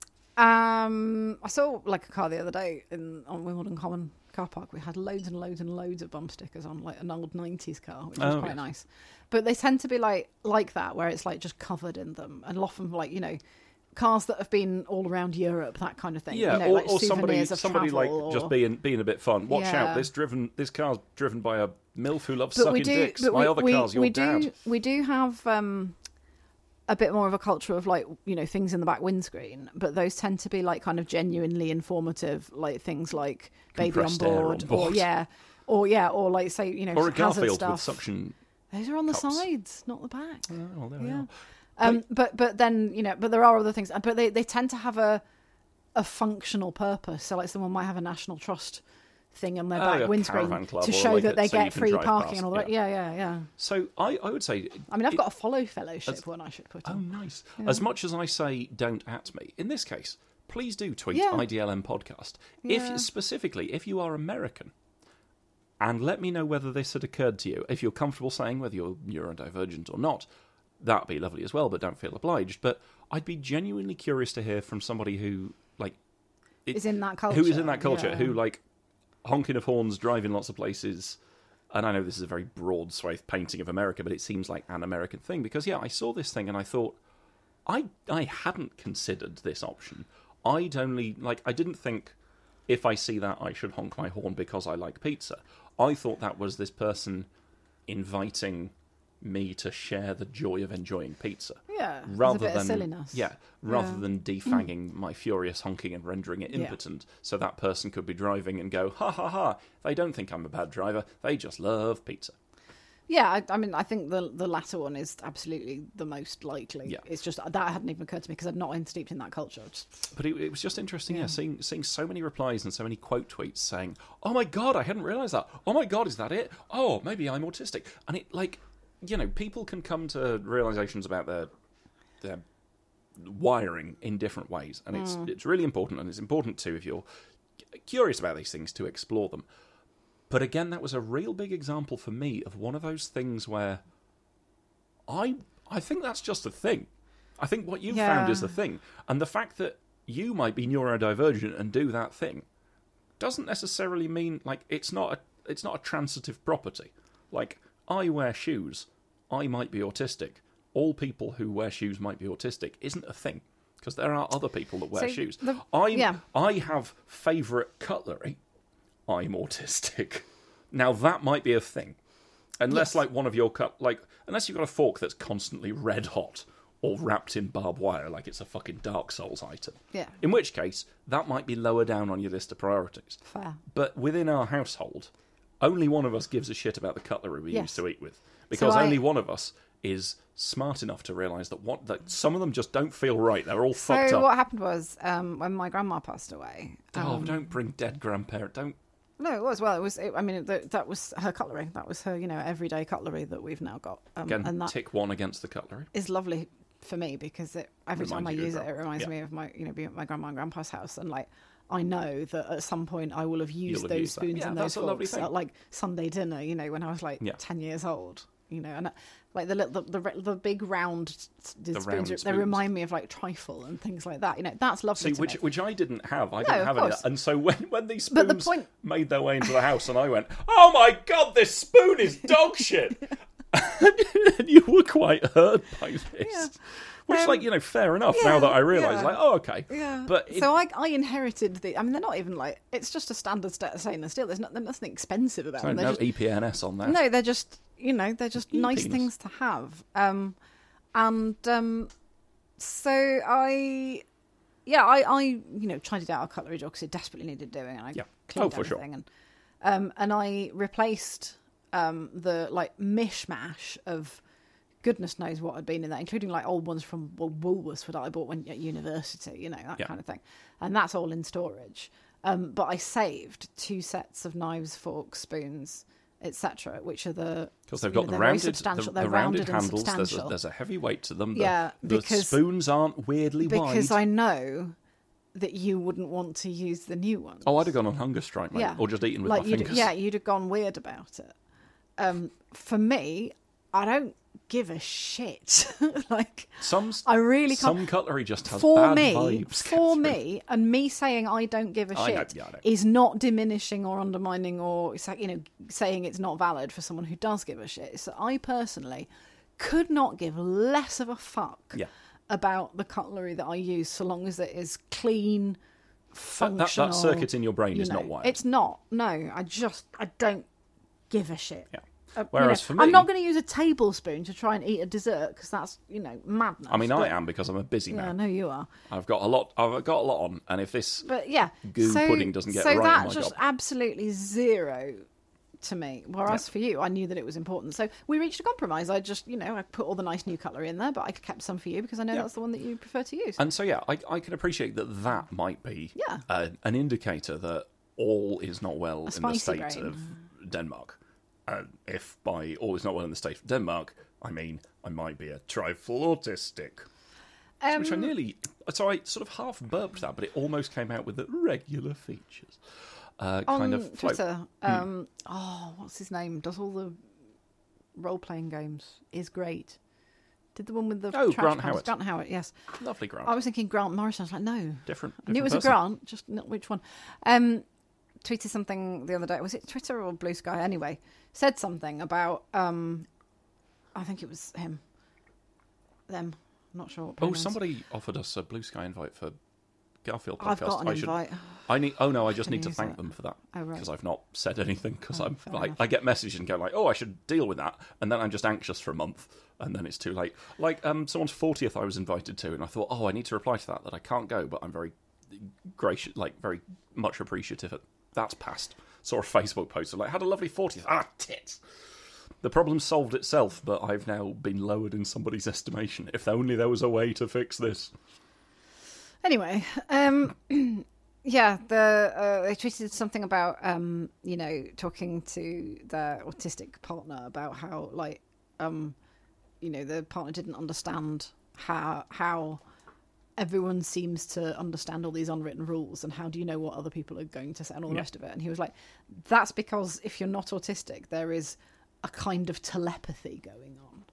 S2: um, I saw like a car the other day in on Wimbledon Common car park. We had loads and loads and loads of bump stickers on like an old nineties car, which was
S1: Oh,
S2: quite
S1: yes.
S2: nice. But they tend to be like like that, where it's like just covered in them, and often like you know. Cars that have been all around Europe, that kind of thing.
S1: Yeah,
S2: you know,
S1: or,
S2: like
S1: or somebody,
S2: souvenirs of
S1: somebody like
S2: travel
S1: just
S2: or-
S1: being being a bit fun. Watch
S2: Yeah.
S1: out! This driven, this car's driven by a milf who loves
S2: but
S1: sucking
S2: we do,
S1: dicks.
S2: but
S1: My
S2: we,
S1: other
S2: we,
S1: car's your
S2: we
S1: dad.
S2: do, we do have um, a bit more of a culture of like you know things in the back windscreen, but those tend to be like kind of genuinely informative, like things like baby on
S1: Compressed air on
S2: board,
S1: board.
S2: or yeah, or yeah, or like say you know
S1: or a
S2: hazard
S1: Garfield
S2: stuff.
S1: with suction.
S2: those are on the
S1: cups.
S2: sides, not the back.
S1: Oh, well, there we
S2: Yeah.
S1: are.
S2: Um, but but then you know, but there are other things, but they they tend to have a a functional purpose. So like someone might have a national trust thing on their
S1: Oh,
S2: back
S1: a caravan
S2: windscreen
S1: club
S2: to
S1: or
S2: show
S1: like
S2: that
S1: a-
S2: they
S1: so you
S2: get
S1: can
S2: free
S1: drive
S2: parking
S1: past,
S2: and all that. Yeah, yeah, yeah.
S1: So I, I would say.
S2: I mean, I've
S1: it-
S2: got a follow fellowship one I should put
S1: Oh,
S2: in.
S1: nice. As much as I say don't at me, in this case, please do tweet
S2: Yeah.
S1: IDLM podcast.
S2: Yeah.
S1: If specifically, if you are American, and let me know whether this had occurred to you. If you're comfortable saying whether you're neurodivergent or not, that'd be lovely as well, but don't feel obliged. But I'd be genuinely curious to hear from somebody who like it-
S2: Is in that
S1: Who is
S2: culture,
S1: in that culture,
S2: yeah.
S1: who like honking of horns, driving lots of places. And I know this is a very broad swath painting of America, but it seems like an American thing because yeah, I saw this thing and I thought I I hadn't considered this option. I'd only like I didn't think if I see that I should honk my horn because I like pizza. I thought that was this person inviting me to share the joy of enjoying pizza.
S2: Yeah, there's a
S1: Rather
S2: bit of
S1: than
S2: silliness.
S1: Yeah. Rather
S2: Yeah. Mm.
S1: than defanging my furious honking and rendering it
S2: Yeah.
S1: impotent. So that person could be driving and go, ha ha ha, they don't think I'm a bad driver. They just love pizza.
S2: Yeah, I, I mean, I think the the latter one is absolutely the most likely.
S1: Yeah.
S2: It's just that hadn't even occurred to me because I'm not in- steeped in that culture. Just-
S1: But it, it was just interesting, yeah. seeing seeing so many replies and so many quote tweets saying, "Oh my god, I hadn't realised that. Oh my god, is that it? Oh, maybe I'm autistic." And it like, you know, people can come to realizations about their their wiring in different ways, and it's it's really important, and it's important too if you're c- curious about these things to explore them. But again, that was a real big example for me of one of those things where I I think that's just a thing. I think what you found is
S2: Yeah.
S1: the thing, and the fact that you might be neurodivergent and do that thing doesn't necessarily mean like it's not a it's not a transitive property. Like I wear shoes, I might be autistic. All people who wear shoes might be autistic isn't a thing because there are other people that wear
S2: So
S1: shoes.
S2: the-
S1: I
S2: yeah.
S1: I have favorite cutlery. I'm autistic. Now that might be a thing, unless
S2: Yes.
S1: like one of your cut like unless you've got a fork that's constantly red hot or wrapped in barbed wire like it's a fucking Dark Souls item.
S2: Yeah.
S1: In which case that might be lower down on your list of priorities.
S2: Fair.
S1: But within our household, only one of us gives a shit about the cutlery we
S2: Yes.
S1: used to eat with because
S2: I-
S1: only one of us is smart enough to realize that what that some of them just don't feel right. They're all fucked
S2: so
S1: up.
S2: what happened was um, when my grandma passed away. Um,
S1: oh, don't bring dead grandparent. Don't
S2: No, it was well. It was. It, I mean, th that was her cutlery. That was her, you know, everyday cutlery that we've now got. Um,
S1: again
S2: and that
S1: tick one against the cutlery.
S2: is lovely for me because it, every time I
S1: Reminds you of
S2: use it,
S1: grandma.
S2: it reminds
S1: Yeah.
S2: me of my you know being at my grandma and grandpa's house and like I know that at some point I will have used
S1: have
S2: those
S1: used that.
S2: spoons
S1: Yeah,
S2: and those
S1: that's a lovely
S2: forks
S1: thing.
S2: at like Sunday dinner, you know, when I was like
S1: Yeah.
S2: ten years old. You know, and uh, like the lit- the the, re- the big round s- s- spoons,
S1: round
S2: they
S1: spoons.
S2: remind me of like trifle and things like that. You know, that's lovely.
S1: See,
S2: to
S1: which
S2: me.
S1: which I didn't have. I
S2: of
S1: didn't have any.
S2: course.
S1: And so when when these
S2: But
S1: spoons
S2: the point-
S1: made their way into the house, and I went, "Oh my god, this spoon is dog shit," and you were quite hurt by this.
S2: Yeah.
S1: Which,
S2: Um,
S1: like, you know, fair enough.
S2: yeah,
S1: now that I realise,
S2: yeah.
S1: like, oh, okay,
S2: Yeah.
S1: But it,
S2: so I, I inherited the. I mean, they're not even like. It's just a standard sta- stainless steel. There's, not, there's nothing expensive about
S1: no,
S2: them. They're
S1: no
S2: just,
S1: EPNS on that.
S2: no, they're just you know they're just nice
S1: penis.
S2: things to have. Um, and um, so I, yeah, I, I you know tried it out of cutlery job because it desperately needed doing, and I
S1: Yeah.
S2: cleaned
S1: Oh, for sure.
S2: everything, and um, and I replaced um the like mishmash of. Goodness knows what had been in that, including like old ones from Wool- Woolworths that I bought when at university, you know that
S1: Yeah.
S2: kind of thing, and that's all in storage. Um, but I saved two sets of knives, forks, spoons, etc., which are the
S1: Because they've
S2: you
S1: got
S2: know,
S1: the
S2: they're very
S1: rounded, the,
S2: substantial.
S1: the
S2: They're
S1: rounded
S2: rounded and
S1: handles. There's a,
S2: substantial.
S1: there's a heavy weight to them. The,
S2: Yeah,
S1: the
S2: because-
S1: spoons aren't weirdly
S2: because
S1: wide.
S2: I know that you wouldn't want to use the new ones.
S1: Oh, I'd have gone on hunger strike, mate,
S2: yeah,
S1: or just eaten with
S2: like
S1: my
S2: you'd,
S1: fingers.
S2: Yeah, you'd have gone weird about it. Um, for me, I don't give a shit. like
S1: Some
S2: I really can't.
S1: some cutlery just has
S2: for
S1: bad
S2: me,
S1: vibes.
S2: for
S1: Catherine.
S2: me, and me saying I don't give a
S1: I know,
S2: shit
S1: yeah, I know.
S2: is not diminishing or undermining or it's like, you know saying it's not valid for someone who does give a shit. So I personally could not give less of a fuck
S1: Yeah.
S2: about the cutlery that I use, so long as it is clean,
S1: That, that,
S2: functional.
S1: that circuit in your brain
S2: you
S1: is
S2: know.
S1: not wired.
S2: It's not. No, I just I don't give a shit.
S1: yeah.
S2: Uh, you
S1: Whereas
S2: know,
S1: for me,
S2: I'm not going to use a tablespoon to try and eat a dessert because that's you know madness.
S1: I mean,
S2: but-
S1: I am because I'm a busy
S2: Yeah, I
S1: man.
S2: know you are.
S1: I've got a lot. I've got a lot on, and if this,
S2: But yeah,
S1: Goo
S2: so,
S1: pudding doesn't get
S2: so
S1: right,
S2: that
S1: my
S2: just
S1: God.
S2: absolutely zero to me. Whereas for you, I knew that it was important. So we reached a compromise. I just, you know, I put all the nice new cutlery in there, but I kept some for you because I know
S1: Yeah.
S2: that's the one that you prefer to use.
S1: and so yeah, I, I can appreciate that that might be
S2: Yeah.
S1: uh, an indicator that all is not well in the
S2: spicy
S1: state
S2: brain.
S1: of Denmark. And if by all is not well in the state of Denmark, I mean I might be a trifle autistic.
S2: Um,
S1: Which I nearly, so I sort of half burped that, but it almost came out with the regular features. Uh,
S2: on
S1: kind of Hmm. flow.
S2: Twitter, um, oh, what's his name? Does all the role playing games? Is great. Did the one with the
S1: Oh,
S2: trash
S1: Grant
S2: cans.
S1: Howard.
S2: Grant Howard, yes.
S1: Lovely grant.
S2: I was thinking Grant Morrison. I was like, no,
S1: different,
S2: I knew
S1: different
S2: Oh, it was
S1: person.
S2: a grant, just not which one. Um, tweeted something the other day. Was it Twitter or Blue Sky? Anyway, said something about. Um, I think it was him. Them. I'm not sure. What
S1: Oh,
S2: pronouns.
S1: somebody offered us a blue sky invite for Garfield podcast.
S2: I've got an
S1: I should-
S2: invite.
S1: I need. Oh no, I just
S2: Gonna
S1: need to
S2: use
S1: thank
S2: that.
S1: them for that
S2: Oh, right.
S1: because I've not said anything because
S2: Oh,
S1: I'm
S2: fair
S1: like
S2: enough.
S1: I get messages and go like, oh, I should deal with that, and then I'm just anxious for a month, and then it's too late. Like um, someone's fortieth, I was invited to, and I thought, oh, I need to reply to that that I can't go, but I'm very gracious, like very much appreciative. Of, that's passed. Saw a Facebook post of like had a lovely fortieth. Ah, tits. The problem solved itself, but I've now been lowered in somebody's estimation. If only there was a way to fix this.
S2: Anyway, um, yeah, the uh, they tweeted something about um, you know talking to their autistic partner about how like um, you know the partner didn't understand how how everyone seems to understand all these unwritten rules and how do you know what other people are going to say and all the
S1: Yeah.
S2: rest of it and he was like that's because if you're not autistic there is a kind of telepathy going on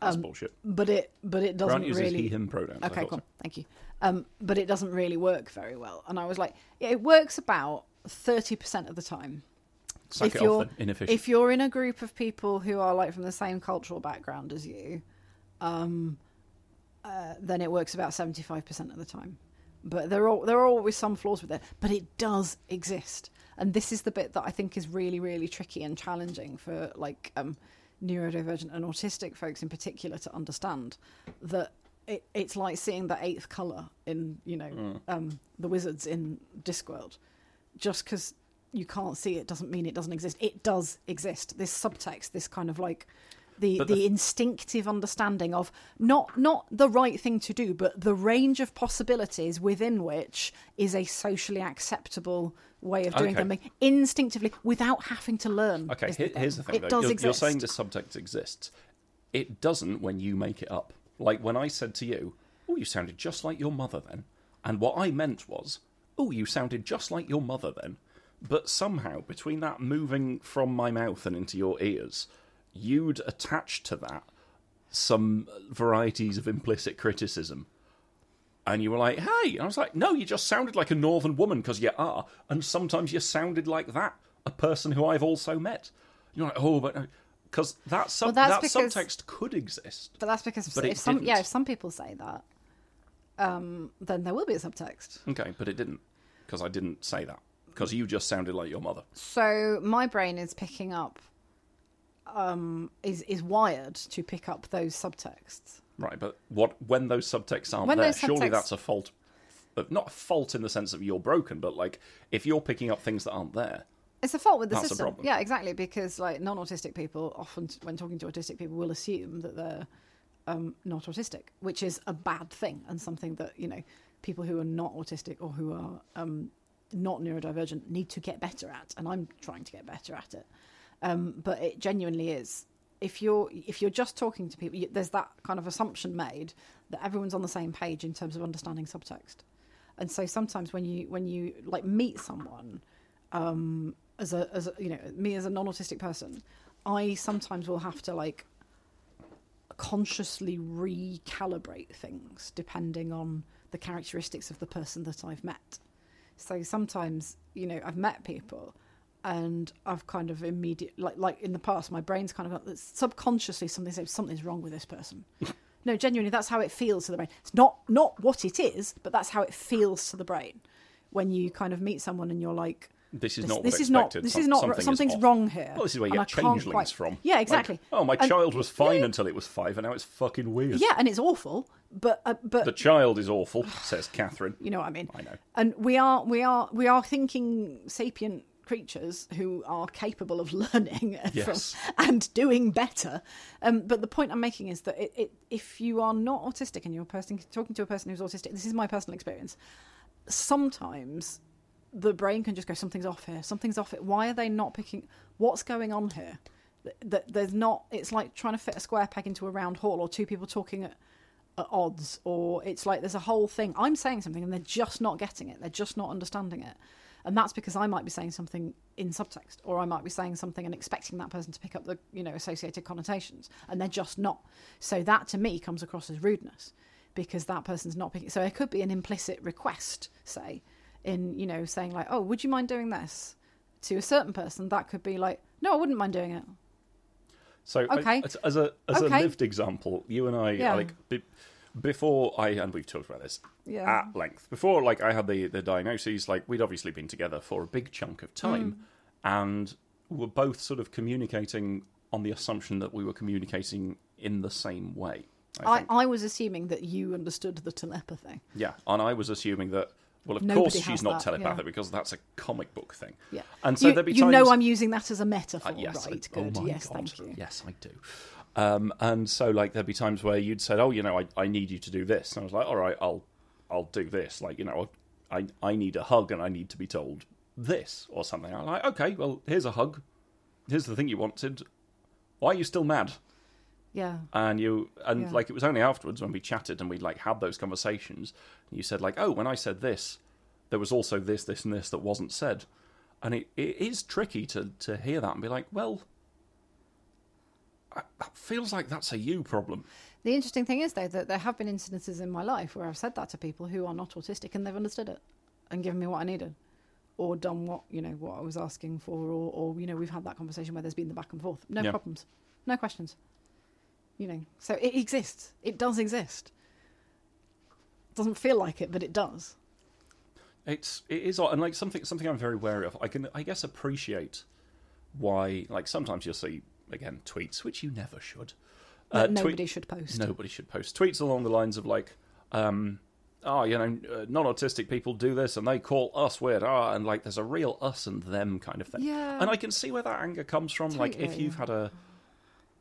S1: That's bullshit.
S2: but it but it doesn't
S1: Grant uses
S2: Um, really
S1: he/him pronouns. I
S2: Okay,
S1: thought so.
S2: cool. Thank you. Um, but it doesn't really work very well. And I was like, yeah, it works about 30% of the time.
S1: Suck it off then. Inefficient.
S2: If you're in a group of people who are like from the same cultural background as you, um, uh, then it works about 75% of the time. But there are there are always some flaws with it. But it does exist, and this is the bit that I think is really really tricky and challenging for like um, neurodivergent and autistic folks in particular to understand that. It, it's like seeing the eighth color in you know
S1: Mm.
S2: um, the wizards in Discworld just because you can't see it doesn't mean it doesn't exist. It does exist. This subtext, this kind of like the the,
S1: But the-
S2: instinctive understanding of not not the right thing to do, but the range of possibilities within which is a socially acceptable way of doing
S1: Okay.
S2: something instinctively without having to learn.
S1: Okay,
S2: is the
S1: here, here's the thing.
S2: It
S1: though.
S2: does
S1: you're,
S2: exist.
S1: you're saying this subtext exists. It doesn't when you make it up. Like when I said to you, "Oh, you sounded just like your mother then," and what I meant was, "Oh, you sounded just like your mother then," but somehow between that moving from my mouth and into your ears, you'd attach to that some varieties of implicit criticism. And you were like, hey. And I was like, no, you just sounded like a northern woman because you are. And sometimes you sounded like that, a person who I've also met. You're like, oh, but. Because that, sub-
S2: Well,
S1: that
S2: that's because-
S1: subtext could exist.
S2: But that's because
S1: But
S2: if
S1: it
S2: some yeah,
S1: didn't.
S2: if some people say that, um, then there will be a subtext.
S1: Okay, but it didn't. Because I didn't say that. Because you just sounded like your mother.
S2: so my brain is picking up um is is wired to pick up those subtexts
S1: Right, but what when those subtexts aren't
S2: When
S1: there,
S2: those
S1: surely
S2: subtexts-
S1: that's a fault. uh, Not a fault in the sense of you're broken, but like if you're picking up things that aren't there.
S2: it's a fault with the
S1: That's a
S2: system
S1: problem.
S2: yeah exactly because like non-autistic people often when talking to autistic people will assume that they're um, not autistic which is a bad thing and something that you know people who are not autistic or who are um, not neurodivergent need to get better at and i'm trying to get better at it um, but it genuinely is. If you're if you're just talking to people, you, there's that kind of assumption made that everyone's on the same page in terms of understanding subtext, and so sometimes when you when you like meet someone, um, as a as a, you know me as a non-autistic person, I sometimes will have to like consciously recalibrate things depending on the characteristics of the person that I've met. So sometimes, you know, I've met people and I've kind of immediate like like in the past, my brain's kind of got subconsciously something says something's wrong with this person. no, genuinely, that's how it feels to the brain. It's not not what it is, but that's how it feels to the brain when you kind of meet someone and you're like.
S1: This is
S2: This,
S1: not
S2: this
S1: what
S2: is not.
S1: expected.
S2: This
S1: Some-
S2: is not.
S1: something is
S2: something's
S1: off.
S2: wrong here.
S1: Well, this is where you
S2: and I
S1: get
S2: can't
S1: changelings
S2: quite-
S1: from.
S2: Yeah,
S1: Like,
S2: exactly.
S1: oh, my
S2: And-
S1: child was fine until it was five, and now it's fucking weird.
S2: Yeah, and it's awful. But uh, but
S1: The child is awful, says Catherine.
S2: You know what I mean?
S1: I know.
S2: And we are we are we are thinking sapient creatures who are capable of learning from-
S1: Yes.
S2: and doing better. Um, but the point I'm making is that it, it, if you are not autistic and you're a person, talking to a person who's autistic, this is my personal experience. Sometimes
S3: the brain can just go, something's off here, something's off it. Why are they not picking? What's going on here? Th- That there's not. It's like trying to fit a square peg into a round hole, or two people talking at, at odds, or it's like there's a whole thing. I'm saying something, and they're just not getting it. They're just not understanding it, and that's because I might be saying something in subtext, or I might be saying something and expecting that person to pick up the you know associated connotations, and they're just not. So that to me comes across as rudeness because that person's not picking. So it could be an implicit request, say, in you know saying like, "Oh, would you mind doing this?" to a certain person. That could be like, "No, I wouldn't mind doing it."
S1: So I-
S3: Okay.
S1: as, as a as a
S3: Okay.
S1: lived example, you and I
S3: Yeah.
S1: like be, before I and we've talked about this
S3: Yeah.
S1: at length before. Like I had the the diagnoses. Like we'd obviously been together for a big chunk of time,
S2: Mm.
S1: and were both sort of communicating on the assumption that we were communicating in the same way. I
S3: I,
S1: think.
S3: I was assuming that you understood the telepathy.
S1: yeah, and I was assuming that. Well, of
S3: Nobody
S1: course
S3: has
S1: she's not
S3: that, yeah.
S1: telepathic because that's a comic book thing.
S3: Yeah,
S1: and so
S3: you,
S1: there'd be
S3: you
S1: times
S3: know I'm using that as a metaphor,
S1: Uh, yes, I-
S3: right?
S1: oh
S3: Good.
S1: my
S3: yes,
S1: God.
S3: thank you.
S1: Yes, I do. Um, and so, like, there'd be times where you'd said, "Oh, you know, I, I need you to do this," and I was like, "All right, I'll I'll do this." Like, you know, I I need a hug, and I need to be told this or something. I'm like, "Okay, well, here's a hug. Here's the thing you wanted. Why are you still mad?"
S3: Yeah.
S1: and you and
S3: Yeah.
S1: like it was only afterwards when we chatted and we like had those conversations and you said like oh when i said this there was also this this and this that wasn't said and it, it is tricky to to hear that and be like well I, that feels like that's a you problem
S3: The interesting thing is, though, that there have been incidences in my life where I've said that to people who are not autistic and they've understood it and given me what I needed or done what, you know, what I was asking for or, or you know, we've had that conversation where there's been the back and forth. No
S1: Yeah.
S3: problems. No questions. You know, so it exists. It does exist. doesn't feel like it, but it does.
S1: it's it is odd. and like something something i'm very wary of i can i guess appreciate why like sometimes you'll see again tweets which you never should
S3: That
S1: Uh, tweet-
S3: nobody should post.
S1: Nobody should post tweets along the lines of like, um, oh, you know, uh, non-autistic people do this and they call us weird, ah, and like there's a real us and them kind of thing.
S3: Yeah.
S1: And I can see where that anger comes from. Like if
S3: Totally.
S1: you've had a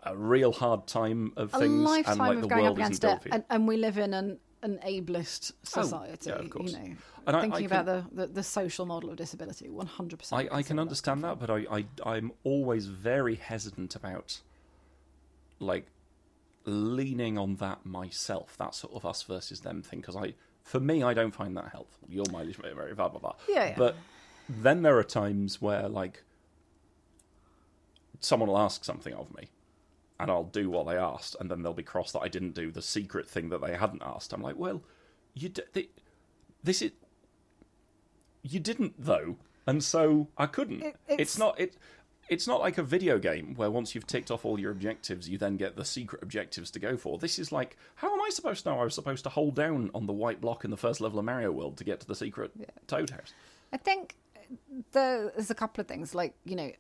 S1: a real hard time of
S3: a
S1: things
S3: lifetime
S1: and like
S3: of
S1: the
S3: going up
S1: world isn't
S3: against
S1: built
S3: it,
S1: for you.
S3: and, and we live in an an ableist
S1: Oh,
S3: society.
S1: yeah, of course.
S3: You know,
S1: And I-
S3: thinking
S1: I
S3: about the, the, the social model of disability, one hundred
S1: I,
S3: percent.
S1: I can understand that, but I, I I'm always very hesitant about like leaning on that myself, that sort of us versus them thing, because I for me I don't find that helpful. Your mileage may vary, blah blah blah.
S3: Yeah, yeah.
S1: But then there are times where like someone will ask something of me and I'll do what they asked, and then they'll be cross that I didn't do the secret thing that they hadn't asked. I'm like, well, you d- th- this is you didn't though, and so I couldn't.
S3: It-
S1: it's...
S3: it's-
S1: not it. It's not like a video game where once you've ticked off all your objectives, you then get the secret objectives to go for. This is like, how am I supposed to know I was supposed to hold down on the white block in the first level of Mario World to get to the secret Toad House?
S3: I think there- there's a couple of things like you know,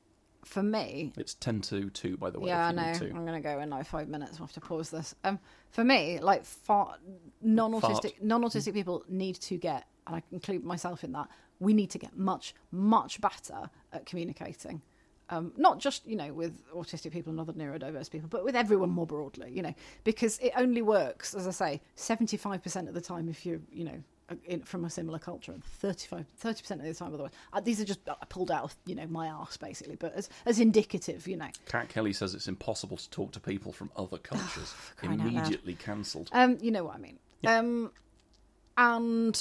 S3: for me,
S1: It's ten to two, by the way.
S3: yeah,
S1: if
S3: I
S1: you
S3: know.
S1: Need to.
S3: I'm going to go in like five minutes. We'll have to pause this. Um, for me, like far, non-autistic, non-autistic people need to get, and I include myself in that. We need to get much, much better at communicating. Um, not just you know with autistic people and other neurodiverse people, but with everyone more broadly. You know, because it only works, as I say, seventy-five percent of the time if you're you know uh, in, from a similar culture, and 35, 30 percent of the time otherwise. Uh, These are just uh, pulled out of you know my arse basically, but as as indicative, you know.
S1: Cat Kelly says it's impossible to talk to people from other cultures.
S3: Oh, crying out loud.
S1: Immediately cancelled.
S3: Um, you know what I mean. Um, and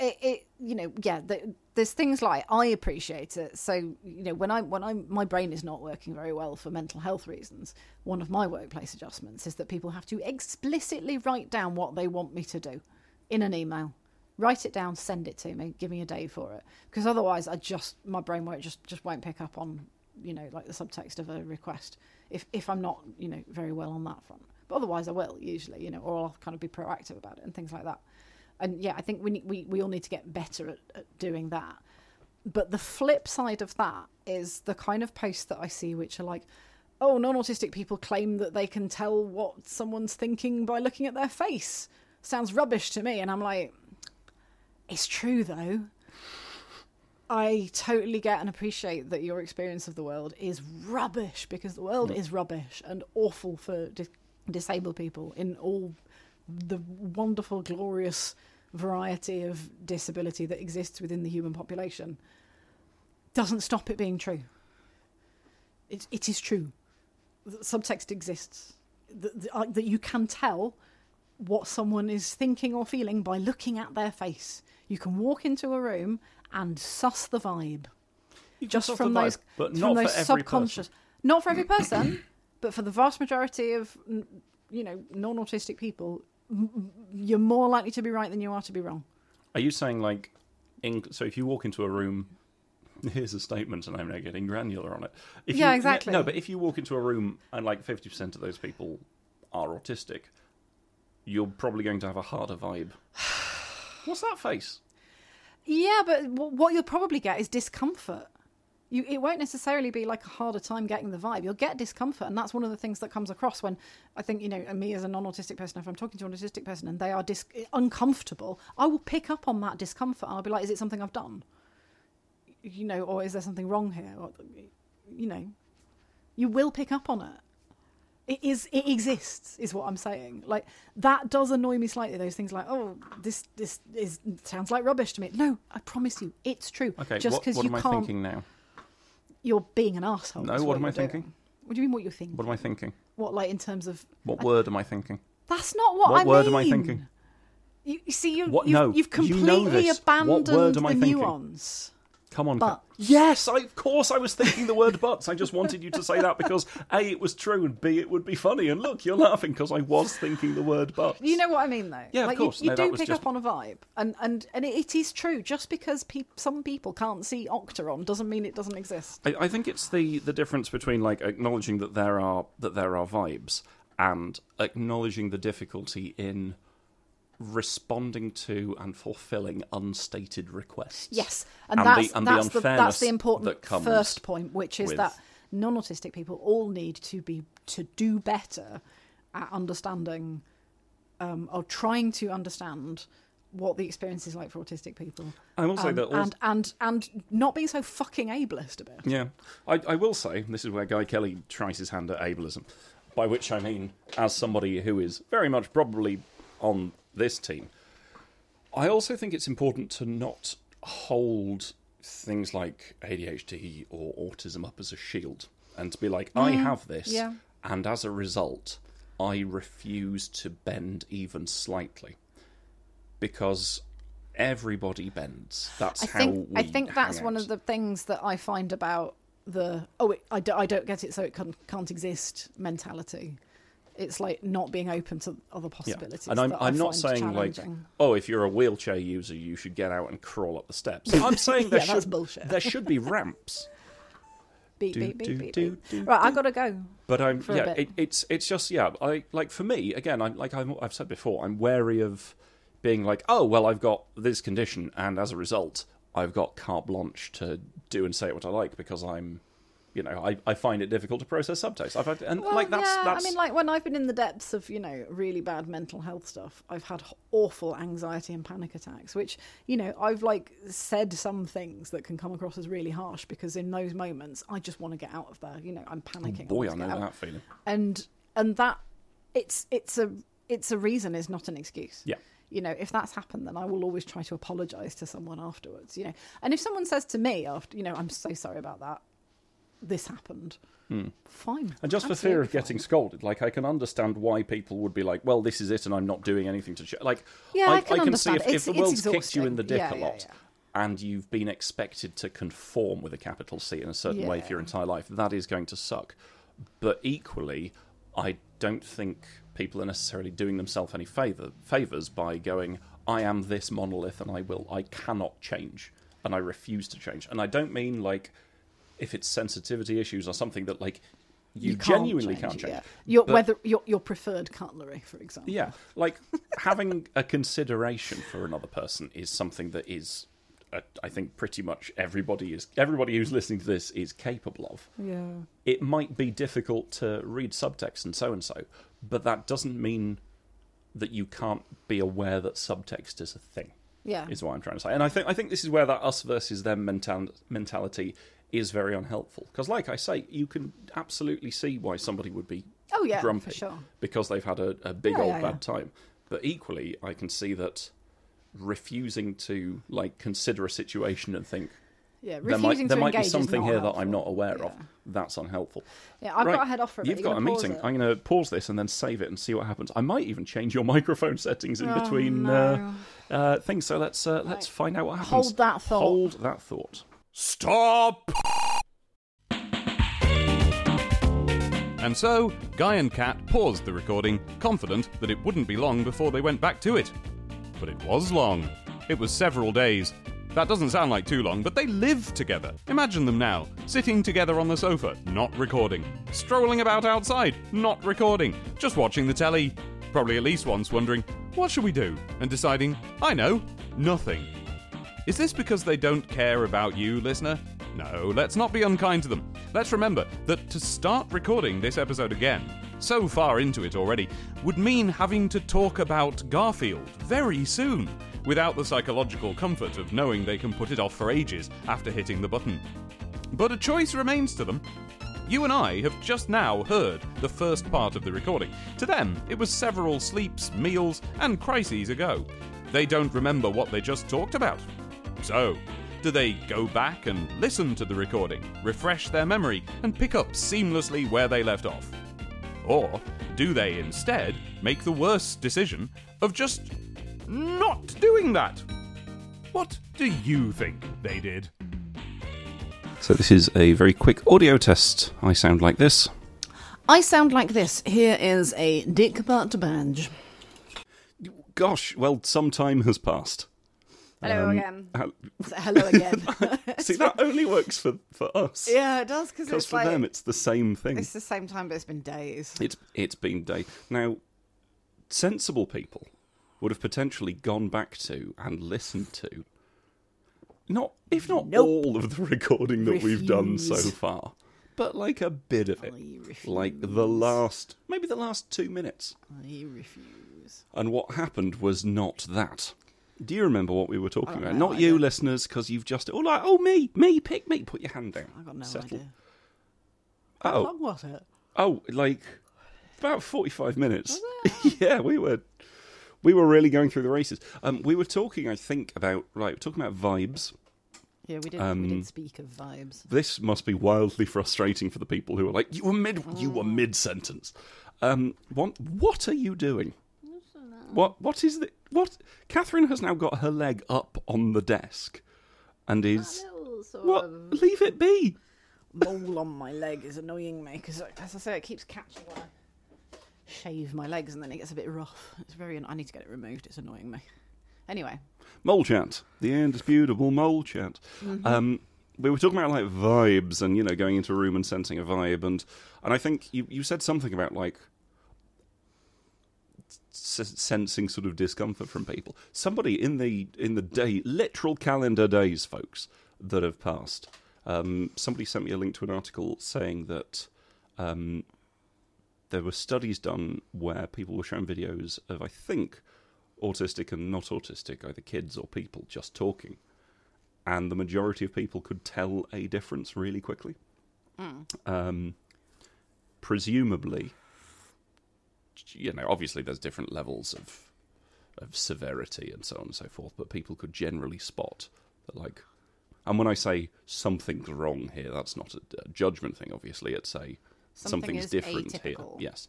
S3: it, it, you know, yeah. The, there's things like I appreciate it. So you know, when I when I my brain is not working very well for mental health reasons, one of my workplace adjustments is that people have to explicitly write down what they want me to do in an email. Write it down, send it to me, give me a day for it, because otherwise, I just my brain won't just just won't pick up on you know like the subtext of a request if if I'm not you know very well on that front. But otherwise, I will usually you know, or I'll kind of be proactive about it and things like that. And yeah, I think we need, we we all need to get better at, at doing that. But the flip side of that is the kind of posts that I see which are like, oh, non autistic people claim that they can tell what someone's thinking by looking at their face. Sounds rubbish to me. And I'm like, it's true though. I totally get and appreciate that your experience of the world is rubbish because the world is rubbish and awful for dis- disabled people in all the wonderful, glorious variety of disability that exists within the human population doesn't stop it being true. It, it is true. The subtext exists. That, that I- that you can tell what someone is thinking or feeling by looking at their face. You can walk into a room and suss the vibe
S1: You can
S3: just
S1: sort
S3: from
S1: of vibe,
S3: those,
S1: but
S3: from
S1: not
S3: those
S1: for every
S3: subconscious, not for every person, but for the vast majority of n- you know non-autistic people, m- m- you're more likely to be right than you are to be wrong.
S1: Person. Are you saying like, in, so if you walk into a room, here's a statement, and I'm now getting granular on it. If
S3: Yeah,
S1: you,
S3: exactly.
S1: No, but if you walk into a room and like 50% of those people are autistic, you're probably going to have a harder vibe. What's that face?
S3: Yeah, but w- what you'll probably get is discomfort. You, it won't necessarily be like a harder time getting the vibe. You'll get discomfort, and that's one of the things that comes across when I think you know and me as a non-autistic person. If I'm talking to an autistic person and they are dis- uncomfortable, I will pick up on that discomfort, and I'll be like, "Is it something I've done? You know, or is there something wrong here? Or, you know, you will pick up on it." It is. It exists, is what I'm saying. Like that does annoy me slightly. Those things like, oh, this this is sounds like rubbish to me. No, I promise you, it's true.
S1: Okay,
S3: just
S1: what,
S3: because
S1: what
S3: you
S1: am I
S3: can't,
S1: thinking now?
S3: you're being an asshole.
S1: No,
S3: is
S1: what am
S3: you're
S1: I thinking?
S3: doing. What do you mean? What you're thinking?
S1: What am I thinking?
S3: What like in terms of?
S1: What word am I thinking?
S3: That's not what,
S1: What
S3: I mean.
S1: word am I thinking?
S3: You, you see, you,
S1: What-
S3: you've,
S1: no,
S3: you've
S1: you
S3: completely
S1: know this. What
S3: abandoned
S1: word am
S3: the
S1: I thinking?
S3: nuance.
S1: Come on.
S3: But-
S1: Ka- yes, I, of course I was thinking the word buts. I just wanted you to say that because A, it was true, and B, it would be funny. And look, you're laughing because I was thinking the word buts.
S3: You know what I mean, though.
S1: Yeah, of
S3: like,
S1: course.
S3: You, you
S1: No, that
S3: do
S1: was
S3: pick
S1: just-
S3: up on a vibe, and and and it, it is true. Just because peop some people can't see Octeron doesn't mean it doesn't exist.
S1: I, I think it's the, the difference between like acknowledging that there are that there are vibes and acknowledging the difficulty in responding to and fulfilling unstated requests.
S3: Yes, and,
S1: And the-
S3: that's
S1: and the
S3: that's the, that's
S1: unfairness
S3: the important
S1: that comes
S3: first point, which is
S1: with-
S3: that non-autistic people all need to be to do better at understanding um, or trying to understand what the experience is like for autistic people,
S1: I will say
S3: Um,
S1: that also,
S3: and and and not being so fucking ableist about it.
S1: Yeah, I, I will say this is where Guy Kelly tries his hand at ableism, by which I mean as somebody who is very much probably on this team. I also think it's important to not hold things like ADHD or autism up as a shield and to be like, I have this,
S3: Mm. yeah.
S1: and as a result, I refuse to bend even slightly because everybody bends. That's
S3: I
S1: how
S3: think
S1: we
S3: I think that's
S1: hang
S3: one
S1: out.
S3: of the things that I find about the oh it, I, do, I don't get it so it can, can't exist mentality. It's like not being open to other possibilities.
S1: And I'm,
S3: that I
S1: I'm not
S3: find
S1: saying like,
S3: challenging.
S1: oh, if you're a wheelchair user, you should get out and crawl up the steps. I'm saying there
S3: Yeah, that's
S1: should
S3: bullshit.
S1: there should be ramps.
S3: beep
S1: do,
S3: beep beep
S1: do,
S3: beep.
S1: do,
S3: beep.
S1: do,
S3: right, I gotta go.
S1: But I'm
S3: For a
S1: yeah,
S3: bit.
S1: it, it's it's just yeah. I like for me again. I'm like I'm, I've said before. I'm wary of being like, oh well, I've got this condition, and as a result, I've got carte blanche to do and say what I like because I'm. You know, I, I find it difficult to process subtext. I've had, and
S3: Well,
S1: like that's
S3: yeah,
S1: that's
S3: I mean, like when I've been in the depths of you know really bad mental health stuff, I've had h- awful anxiety and panic attacks, which you know I've like said some things that can come across as really harsh because in those moments I just want to get out of there. You know, I'm panicking. I
S1: Oh, boy, I
S3: want to
S1: know
S3: get out.
S1: that feeling.
S3: and and that it's it's a it's a reason is not an excuse
S1: Yeah.
S3: you know if that's happened then i will always try to apologize to someone afterwards you know and if someone says to me after you know i'm so sorry about that this happened fine
S1: Hmm. And just for fear of getting scolded, like I can understand why people would be like, "Well, this is it, and I'm not doing anything to." Ch-. Like,
S3: Yeah, I can
S1: see
S3: understand.
S1: if, if
S3: It's-
S1: the
S3: it's
S1: world's kicked you in the dick
S3: exhausting.
S1: a
S3: Yeah, yeah,
S1: lot, and you've been expected to conform with a capital C in a certain way for your
S3: Yeah.
S1: entire life, that is going to suck. But equally, I don't think people are necessarily doing themselves any favor favors by going, "I am this monolith, and I will, I cannot change, and I refuse to change." And I don't mean like if it's sensitivity issues or something that like. You, genuinely can't change.
S3: yeah. your
S1: But-
S3: whether your, your preferred cutlery for example
S1: yeah, like having a consideration for another person is something that is, uh, I think, pretty much everybody is everybody who's listening to this is capable of.
S3: yeah
S1: It might be difficult to read subtext and so and so, but that doesn't mean that you can't be aware that subtext is a thing.
S3: yeah
S1: Is what I'm trying to say, and I think I think this is where that us versus them mental- mentality is very unhelpful. Because, like I say, you can absolutely see why somebody would be
S3: oh yeah
S1: grumpy
S3: for sure
S1: because they've had a, a big
S3: Yeah,
S1: old
S3: yeah,
S1: bad
S3: yeah.
S1: time. But equally, I can see that refusing to like consider a situation and think
S2: Yeah,
S1: there might
S2: refusing
S1: there
S2: to
S1: might be
S2: engage is
S1: something
S2: not
S1: here that
S2: helpful.
S1: I'm not aware of.
S2: Yeah.
S1: That's unhelpful.
S2: Yeah, I've
S1: Right,
S2: got a head off for a bit.
S1: You've
S2: You
S1: got a
S2: gonna pause
S1: meeting.
S2: it?
S1: I'm going to pause this and then save it and see what happens. I might even change your microphone settings in
S2: Oh,
S1: between
S2: no.
S1: uh, uh, things. So let's uh, let's
S2: Right.
S1: find out what happens.
S2: Hold that thought.
S1: Hold that thought.
S4: Stop! And so, Guy and Kat paused the recording, confident that it wouldn't be long before they went back to it. But it was long. It was several days. That doesn't sound like too long, but they live together. Imagine them now, sitting together on the sofa, not recording. Strolling about outside, not recording. Just watching the telly. Probably at least once wondering, what should we do? And deciding, I know, nothing. Is this because they don't care about you, listener? No, let's not be unkind to them. Let's remember that to start recording this episode again, so far into it already, would mean having to talk about Garfield very soon, without the psychological comfort of knowing they can put it off for ages after hitting the button. But a choice remains to them. You and I have just now heard the first part of the recording. To them, it was several sleeps, meals, and crises ago. They don't remember what they just talked about. So, do they go back and listen to the recording, refresh their memory, and pick up seamlessly where they left off? Or do they instead make the worse decision of just not doing that? What do you think they did?
S1: So this is a very quick audio test. I sound like this.
S2: I sound like this. Here is a Dick Butt badge.
S1: Gosh, well, some time has passed.
S2: Hello
S1: Um,
S2: again.
S1: how-
S2: Hello again.
S1: see, that only works for, for us.
S2: yeah, it does because
S1: Because
S2: it's
S1: for
S2: like
S1: them, it's the same thing.
S2: it's the same time, but it's been days.
S1: It's it's been day now. Sensible people would have potentially gone back to and listened to, not if not
S2: Nope.
S1: all of the recording that we've done so
S2: Refuse.
S1: far, but like a bit of it,
S2: I refuse.
S1: like the last maybe the last two minutes.
S2: I refuse.
S1: And what happened was not that. Do you remember what we were talking about?
S2: no
S1: Not you, listeners, because you've just all like, oh me, me, pick me, put your hand down.
S2: I got no
S1: Settle.
S2: idea.
S1: Oh,
S2: What was it?
S1: Oh, like about forty-five minutes. yeah, we were we were really going through the races. Um, we were talking, I think, about right. We're talking about vibes.
S2: Yeah, we did.
S1: Um,
S2: we did speak of vibes.
S1: This must be wildly frustrating for the people who are like, you were mid, you were mid-sentence. Um, what, what are you doing? What what is the what? Catherine has now got her leg up on the desk, and is what? Leave it be.
S2: mole on my leg is annoying me because, as I say, it keeps catching when I shave my legs and then it gets a bit rough. It's very. I need to get it removed. It's annoying me. Anyway,
S1: Mole chant, the indisputable mole chant. Um, we were talking about like vibes and you know going into a room and sensing a vibe and and I think you you said something about like s- sensing sort of discomfort from people. Somebody in the in the day literal calendar days, folks that have passed. Um, somebody sent me a link to an article saying that um, there were studies done where people were shown videos of I think autistic and not autistic, either kids or people, just talking. And the majority of people could tell a difference really quickly. Um, presumably, you know, obviously there's different levels of of severity and so on and so forth, but people could generally spot that, like, and when I say something's wrong here, that's not a, a judgment thing, obviously. It's a
S2: Something
S1: something's
S2: is
S1: different
S2: atypical.
S1: here. Yes.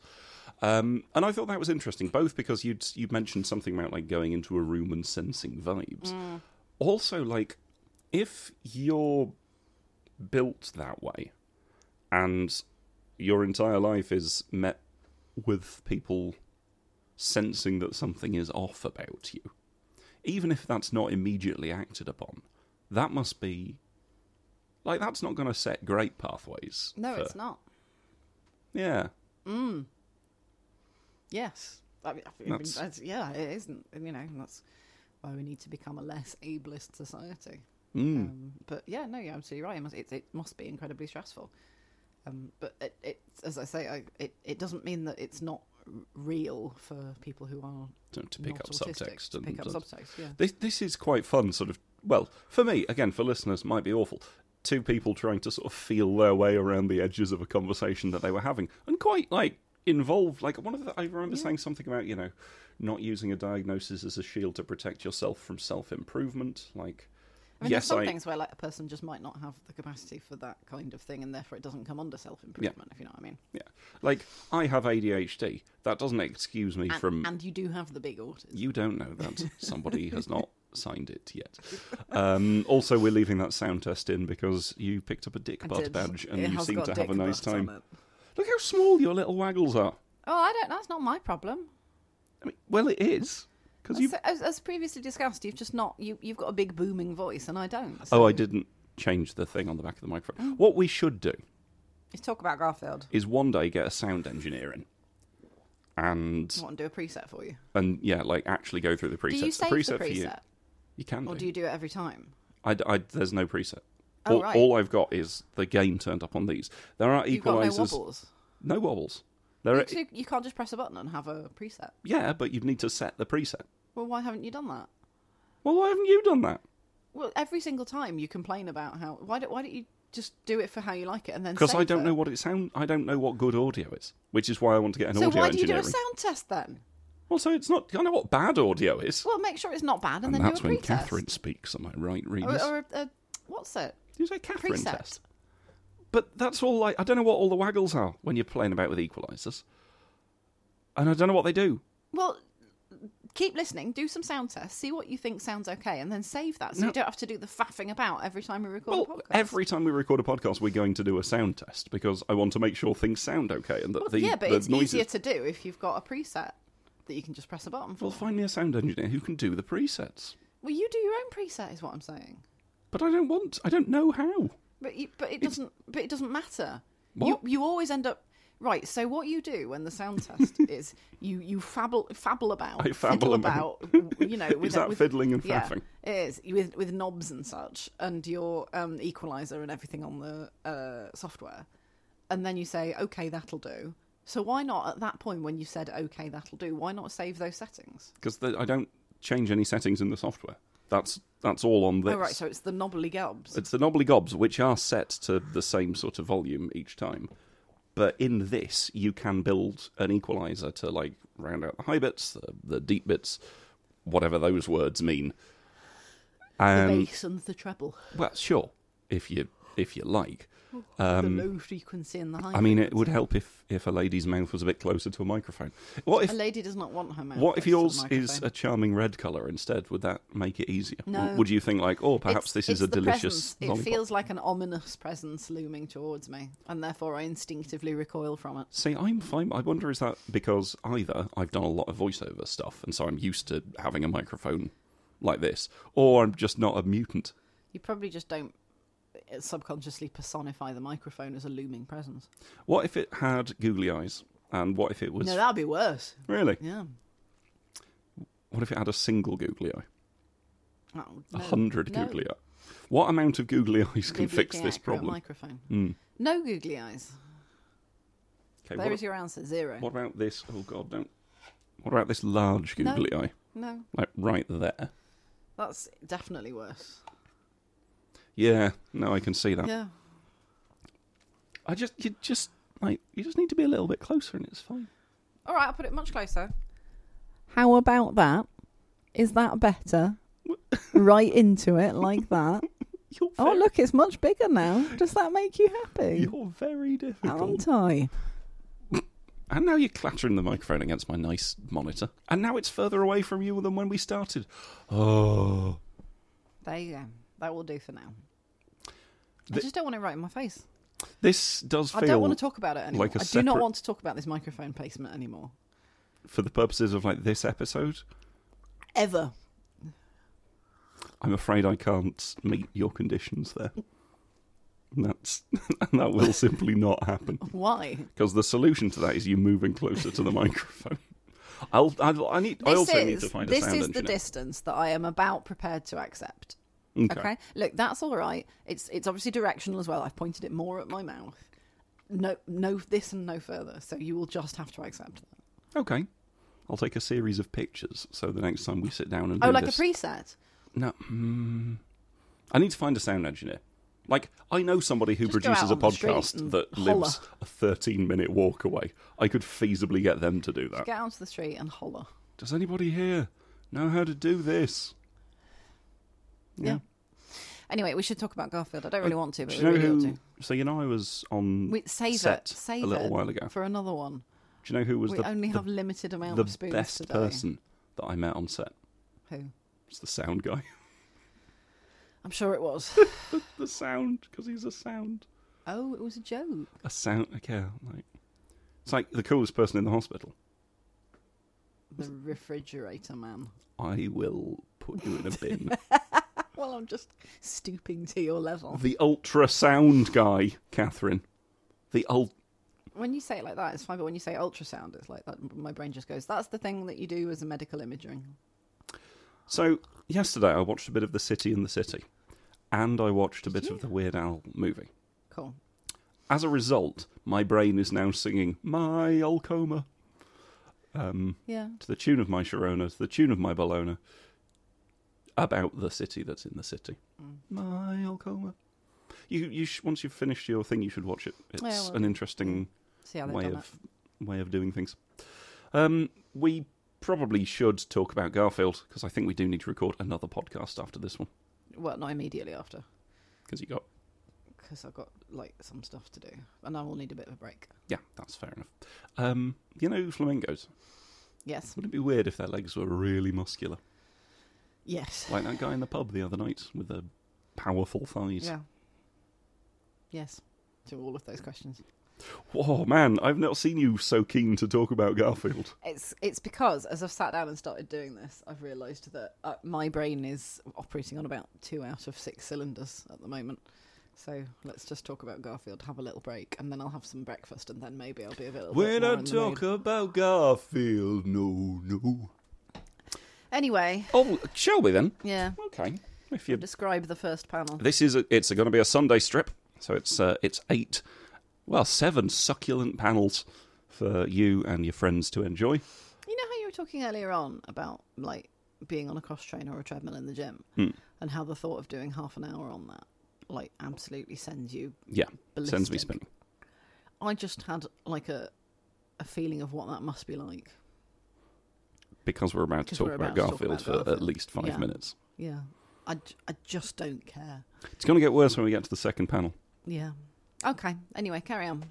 S1: Um, and I thought that was interesting, both because you'd you mentioned something about like going into a room and sensing vibes.
S2: Mm.
S1: Also, like if you're built that way, and your entire life is met with people sensing that something is off about you, even if that's not immediately acted upon, that must be like that's not going to set great pathways.
S2: no,
S1: for-
S2: it's not.
S1: Yeah.
S2: Yes, I mean, I mean,
S1: That's-
S2: that's- yeah, it isn't. and, You know, that's why we need to become a less ableist society.
S1: Mm.
S2: Um, but yeah, no, you're absolutely right. It must, it, it must be incredibly stressful. Um, but it, it, as I say, I, it, it doesn't mean that it's not r- real for people who are
S1: To, to pick
S2: not
S1: up
S2: autistic,
S1: subtext
S2: to
S1: and
S2: pick up
S1: and- uh,
S2: subtext. Yeah.
S1: This this is quite fun, sort of. Well, for me, again, for listeners, might be awful. Two people trying to sort of feel their way around the edges of a conversation that they were having, and quite like involved. Like one of the, I remember saying something about you know not using a diagnosis as a shield to protect yourself from self improvement. Like,
S3: I mean, there's
S1: yes,
S3: some
S1: I.
S3: things where like a person just might not have the capacity for that kind of thing, and therefore it doesn't come under self improvement. If you know what I mean.
S1: Yeah. Like, I have ADHD. That doesn't excuse me
S3: And,
S1: from.
S3: and you do have the big autism.
S1: You don't know that. Somebody has not signed it yet. Um, also, we're leaving that sound test in because you picked up a dick
S3: I
S1: butt
S3: did.
S1: badge and
S3: It
S1: you
S3: has
S1: seem
S3: got
S1: to have a
S3: dick
S1: nice
S3: butt on
S1: time.
S3: it.
S1: Look how small your little waggles are.
S3: Oh, I don't. That's not my problem.
S1: I mean, well, it is. Because you.
S3: So, as, as previously discussed, you've just not. You, you've got a big booming voice, and I don't.
S1: Oh, I
S3: so-
S1: didn't change the thing on the back of the
S3: Oh.
S1: microphone. What we should do
S3: Let's talk about Garfield.
S1: is one day get a sound engineer in. And
S3: I want to do a preset for you.
S1: and yeah, like actually go through the presets.
S3: Do you save
S1: the preset,
S3: the
S1: for you,
S3: preset,
S1: you can do.
S3: or do you do it every time?
S1: I, I- there's no preset.
S3: Oh,
S1: all,
S3: right.
S1: all I've got is the game turned up on these. There are
S3: You've got no
S1: equalizers.
S3: wobbles.
S1: no wobbles. There are,
S3: So you can't just press a button and have a preset.
S1: yeah, but you'd need to set the preset.
S3: Well, why haven't you done that?
S1: Well, why haven't you done that?
S3: Well, every single time you complain about how why don't why don't you just do it for how you like it and then
S1: Because I
S3: save
S1: don't
S3: it?
S1: know what it sound. I don't know what good audio is, which is why I want to get an
S3: So
S1: audio
S3: why do you do
S1: engineer.
S3: a
S1: in.
S3: sound test then?
S1: Well, so it's not. I know what bad audio is.
S3: Well, make sure it's not bad, and,
S1: and
S3: then
S1: that's
S3: do a
S1: when
S3: pretest.
S1: Catherine speaks. Am I right,
S3: or,
S1: Remus?
S3: or a, a, what's it?
S1: you say Catherine
S3: preset.
S1: test. But that's all. Like I don't know what all the waggles are when you're playing about with equalizers, and I don't know what they do.
S3: Well, keep listening, do some sound tests, see what you think sounds okay, and then save that so
S1: No.
S3: you don't have to do the faffing about every time we record
S1: Well,
S3: a podcast.
S1: every time we record a podcast, we're going to do a sound test because I want to make sure things sound okay and that the
S3: yeah, but
S1: the
S3: it's
S1: noises.
S3: easier to do if you've got a preset that you can just press a button for.
S1: Well, find me a sound engineer who can do the presets.
S3: Well, you do your own preset, is what I'm saying.
S1: But I don't want. I don't know how.
S3: But you, but it doesn't but it doesn't matter.
S1: What?
S3: You you always end up right. So what you do when the sound test is you you fabble fabble about
S1: I fabble
S3: fiddle
S1: about.
S3: about you know with
S1: that
S3: with,
S1: fiddling and faffing?
S3: Yeah, it is with with knobs and such and your um, equalizer and everything on the uh, software, and then you say okay that'll do. So why not at that point when you said okay that'll do? Why not save those settings?
S1: Because I don't change any settings in the software. That's that's all on this.
S3: Oh right, so it's the knobbly gobs.
S1: It's the knobbly gobs, which are set to the same sort of volume each time. But in this, you can build an equalizer to like round out the high bits, the, the deep bits, whatever those words mean.
S3: the
S1: And
S3: bass and the treble,
S1: well, sure, if you if you like.
S3: the low frequency and the high.
S1: um, I mean, it would help if if a lady's mouth was a bit closer to a microphone. What
S3: A
S1: if
S3: lady does not want her mouth.
S1: what if
S3: close to
S1: yours
S3: the
S1: is
S3: microphone.
S1: a charming red color instead? Would that make it easier?
S3: No.
S1: Would you think like, oh, perhaps
S3: It's-
S1: this is
S3: it's
S1: a
S3: the
S1: delicious?
S3: presence. It
S1: lollipop?
S3: feels like an ominous presence looming towards me, and therefore I instinctively recoil from it.
S1: See, I'm fine. I wonder is that because either I've done a lot of voiceover stuff, and so I'm used to having a microphone like this, or I'm just not a mutant.
S3: You probably just don't uh, subconsciously personify the microphone as a looming presence.
S1: What if it had googly eyes? And what if it was
S3: No, that'd be worse.
S1: really?
S3: Yeah.
S1: What if it had a single googly eye?
S3: Oh,
S1: A
S3: no.
S1: hundred
S3: No.
S1: googly eye. What amount of googly eyes can
S3: Give you
S1: fix
S3: the
S1: this
S3: accurate
S1: problem?
S3: Microphone. No googly eyes.
S1: Okay,
S3: There
S1: what,
S3: is your answer. Zero.
S1: what about this? Oh God, no. What about this large
S3: No.
S1: googly eye,
S3: No,
S1: like right there?
S3: that's definitely worse.
S1: Yeah, no, I can see that.
S3: Yeah.
S1: I just, you just like, you just need to be a little bit closer, and it's fine.
S3: All right, I'll put it much closer. How about that? Is that better? right into it like that.
S1: You're
S3: Oh,
S1: very-
S3: look, it's much bigger now. Does that make you happy?
S1: You're very difficult.
S3: Aren't I?
S1: And now you're clattering the microphone against my nice monitor. And now it's further away from you than when we started. Oh.
S3: There you go. That will do for now. I
S1: The-
S3: just don't want it right in my face.
S1: This does feel,
S3: I don't want to talk about it anymore.
S1: like a
S3: I do not
S1: separate-
S3: want to talk about this microphone placement anymore.
S1: for the purposes of like this episode,
S3: Ever.
S1: I'm afraid I can't meet your conditions there. And That's and that will simply not happen
S3: Why?
S1: because the solution to that is you moving closer to the microphone. I'll, I'll I need I also need to find a
S3: this
S1: sound
S3: is
S1: engineer.
S3: the distance that I am about prepared to accept.
S1: Okay.
S3: Okay. Look, that's all right. It's it's obviously directional as well. I've pointed it more at my mouth. No, no, this and no further. So you will just have to accept that.
S1: Okay. I'll take a series of pictures so the next time we sit down and
S3: Oh,
S1: do
S3: like
S1: this-
S3: a preset.
S1: No. Mm, I need to find a sound engineer. Like, I know somebody who
S3: Just go
S1: produces
S3: out
S1: a
S3: on the street
S1: podcast
S3: and
S1: that
S3: holler.
S1: lives a 13 minute walk away. I could feasibly get them to do that.
S3: Get onto the street and holler.
S1: Does anybody here know how to do this?
S3: Yeah. Anyway, we should talk about Garfield. I don't really want to, but
S1: Uh, Do
S3: we
S1: you know
S3: really ought
S1: who?
S3: to.
S1: So you know I was on
S3: We, save
S1: set
S3: it. Save
S1: a little
S3: it
S1: while ago.
S3: for another one.
S1: Do you know who was
S3: we
S1: the,
S3: only
S1: the,
S3: have limited amount
S1: the
S3: of spoons
S1: best
S3: today.
S1: person that I met on set?
S3: Who?
S1: It's the sound guy.
S3: I'm sure it was.
S1: the sound, because he's a sound.
S3: oh, it was a joke.
S1: A sound. Okay, like it's like the coolest person in the hospital.
S3: The refrigerator man.
S1: I will put you in a bin.
S3: Well, I'm just stooping to your level.
S1: the ultra sound guy, Catherine. The ul-
S3: When you say it like that, it's fine. But when you say ultrasound, it's like that. My brain just goes. That's the thing that you do as a medical imaging.
S1: So yesterday I watched a bit of The City and the City, and I watched a bit of the Weird Al movie.
S3: Cool.
S1: As a result, my brain is now singing "My Olcoma" um,
S3: Yeah.
S1: to the tune of my Sharona, to the tune of my Bologna, about the city that's in the city.
S3: Mm.
S1: My Olcoma. You, you sh- once you've finished your thing, you should watch it. It's
S3: Yeah, well,
S1: an interesting
S3: See how they've
S1: way
S3: done
S1: of way of doing things. Um, we probably should talk about Garfield because I think we do need to record another podcast after this one
S3: it. Well, not immediately after,
S1: because you got
S3: because I've got like some stuff to do, and I will need a bit of a break.
S1: yeah, that's fair enough. Um, you know flamingos.
S3: Yes.
S1: Would it be weird if their legs were really muscular,
S3: Yes.
S1: like that guy in the pub the other night with the powerful thighs?
S3: Yeah. Yes. To all of those questions.
S1: Oh man, I've not seen you so keen to talk about Garfield.
S3: It's it's because as I've sat down and started doing this, I've realised that uh, my brain is operating on about two out of six cylinders at the moment. So let's just talk about Garfield, have a little break, and then I'll have some breakfast, and then maybe I'll be a bit.
S1: When
S3: more
S1: I
S3: in the
S1: talk
S3: mood.
S1: about Garfield, no, no.
S3: Anyway,
S1: Oh, shall we then?
S3: yeah.
S1: Okay. If you,
S3: Describe the first panel.
S1: this is a, it's going to be a Sunday strip, so it's uh, it's eight, well, seven succulent panels for you and your friends to enjoy.
S3: You know how you were talking earlier on about like being on a cross train or a treadmill in the gym,
S1: Hmm.
S3: and how the thought of doing half an hour on that like absolutely sends you
S1: Yeah, sends me
S3: Ballistic.
S1: spinning.
S3: I just had like a a feeling of what that must be like.
S1: Because we're about
S3: Because
S1: to talk
S3: we're
S1: about,
S3: about to talk
S1: Garfield
S3: about
S1: for at
S3: Garfield.
S1: least five
S3: Yeah.
S1: minutes.
S3: Yeah. I, j- I just don't care.
S1: It's going to get worse when we get to the second panel.
S3: Yeah. Okay. Anyway, carry on.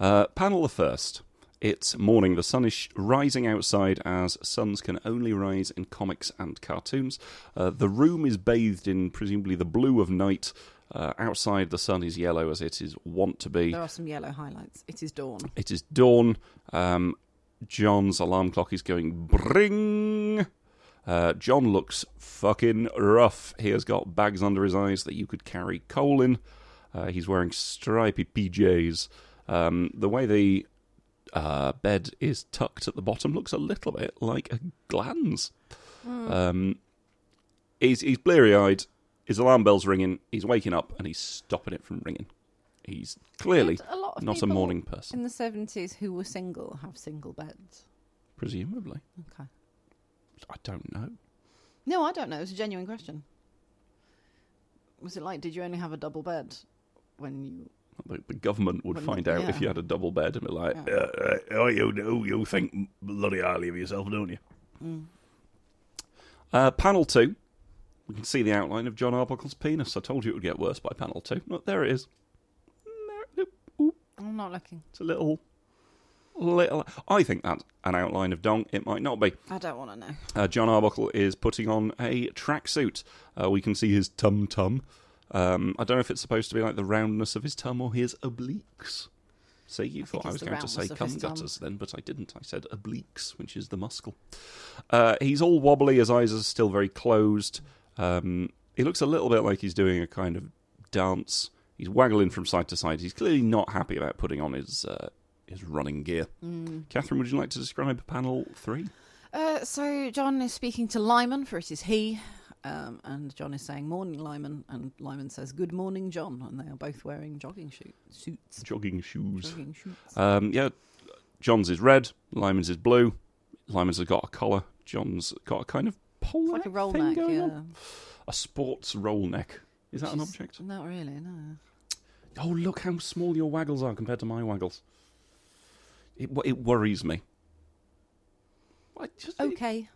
S1: Uh, panel the first. It's morning. The sun is sh- rising outside, as suns can only rise in comics and cartoons. Uh, the room is bathed in presumably the blue of night. Uh, outside, the sun is yellow, as it is wont to be.
S3: There are some yellow highlights. It is dawn.
S1: It is dawn. Um, John's alarm clock is going bring. Uh, John looks fucking rough. He has got bags under his eyes that you could carry coal in. Uh, he's wearing stripy PJs. Um, the way the uh, bed is tucked at the bottom looks a little bit like a glands.
S3: Hmm.
S1: Um, he's he's bleary eyed. His alarm bell's ringing. He's waking up and he's stopping it from ringing. He's clearly
S3: Did a lot of
S1: not a
S3: people
S1: morning person.
S3: In the 70s, who were single have single beds.
S1: Presumably.
S3: Okay.
S1: I don't know.
S3: No, I don't know. It's a genuine question. Was it like, did you only have a double bed when you.
S1: The, the government would
S3: Well,
S1: find out if
S3: yeah.
S1: you had a double bed and be like,
S3: Yeah.
S1: "Uh, uh, oh, you, know, you think bloody highly of yourself, don't you?
S3: Mm.
S1: Uh, panel two. We can see the outline of John Arbuckle's penis. I told you it would get worse by panel two. Look, there it is. There, oop,
S3: I'm not looking.
S1: it's a little. Little, I think that's an outline of dong. It might not be.
S3: I don't want to know.
S1: Uh, John Arbuckle is putting on a tracksuit. Uh, we can see his tum tum. Um, I don't know if it's supposed to be like the roundness of his tum or his obliques. See, you thought
S3: think
S1: I
S3: it's
S1: was
S3: the
S1: going to say
S3: roundness of his
S1: cum
S3: tum.
S1: gutters then, but I didn't. I said obliques, which is the muscle. Uh, he's all wobbly. His eyes are still very closed. Um, he looks a little bit like he's doing a kind of dance. He's waggling from side to side. He's clearly not happy about putting on his uh, his running gear.
S3: Mm.
S1: Catherine, would you like to describe panel three?
S3: Uh, so John is speaking to Lyman, for it is he, um, and John is saying "Morning, Lyman," and Lyman says "Good morning, John," and they are both wearing jogging shoot, suits.
S1: Jogging shoes.
S3: Jogging shoots.
S1: Um, yeah, John's is red. Lyman's is blue. Lyman's has got a collar. John's got a kind of
S3: It's
S1: pole
S3: like a
S1: neck
S3: roll
S1: thing
S3: neck.
S1: going
S3: Yeah.
S1: on. A sports roll neck. Is that an
S3: Which
S1: object?
S3: Not really. No.
S1: Oh, look how small your waggles are compared to my waggles. It wo- it worries me. I just,
S2: Okay.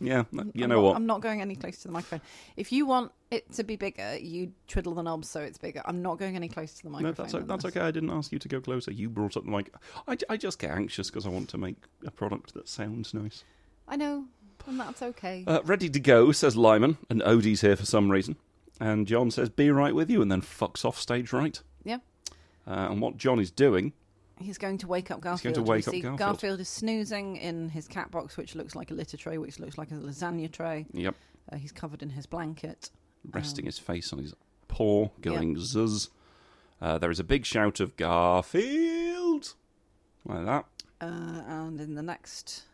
S1: Yeah, no, you
S2: I'm
S1: know
S2: not-
S1: what?
S2: I'm not going any closer to the microphone. If you want it to be bigger, you twiddle the knob so it's bigger. I'm not going any closer to the
S1: No,
S2: microphone.
S1: that's, o-
S2: than
S1: that's
S2: this.
S1: okay. I didn't ask you to go closer. You brought up the mic. I, j- I just get anxious because I want to make a product that sounds nice.
S2: I know, and that's okay.
S1: Uh, ready to go, says Lyman, and Odie's here for some reason. And John says, be right with you, and then fucks off stage right.
S2: yeah.
S1: Uh, and what John is doing,
S2: He's going to wake up Garfield.
S1: going to
S2: We
S1: wake up
S2: see
S1: Garfield.
S2: is snoozing in his cat box, which looks like a litter tray, which looks like a lasagna tray.
S1: yep,
S2: Uh, he's covered in his blanket.
S1: resting his face on his paw, going zuz. Uh, there is a big shout of Garfield, like that.
S2: Uh, and in the next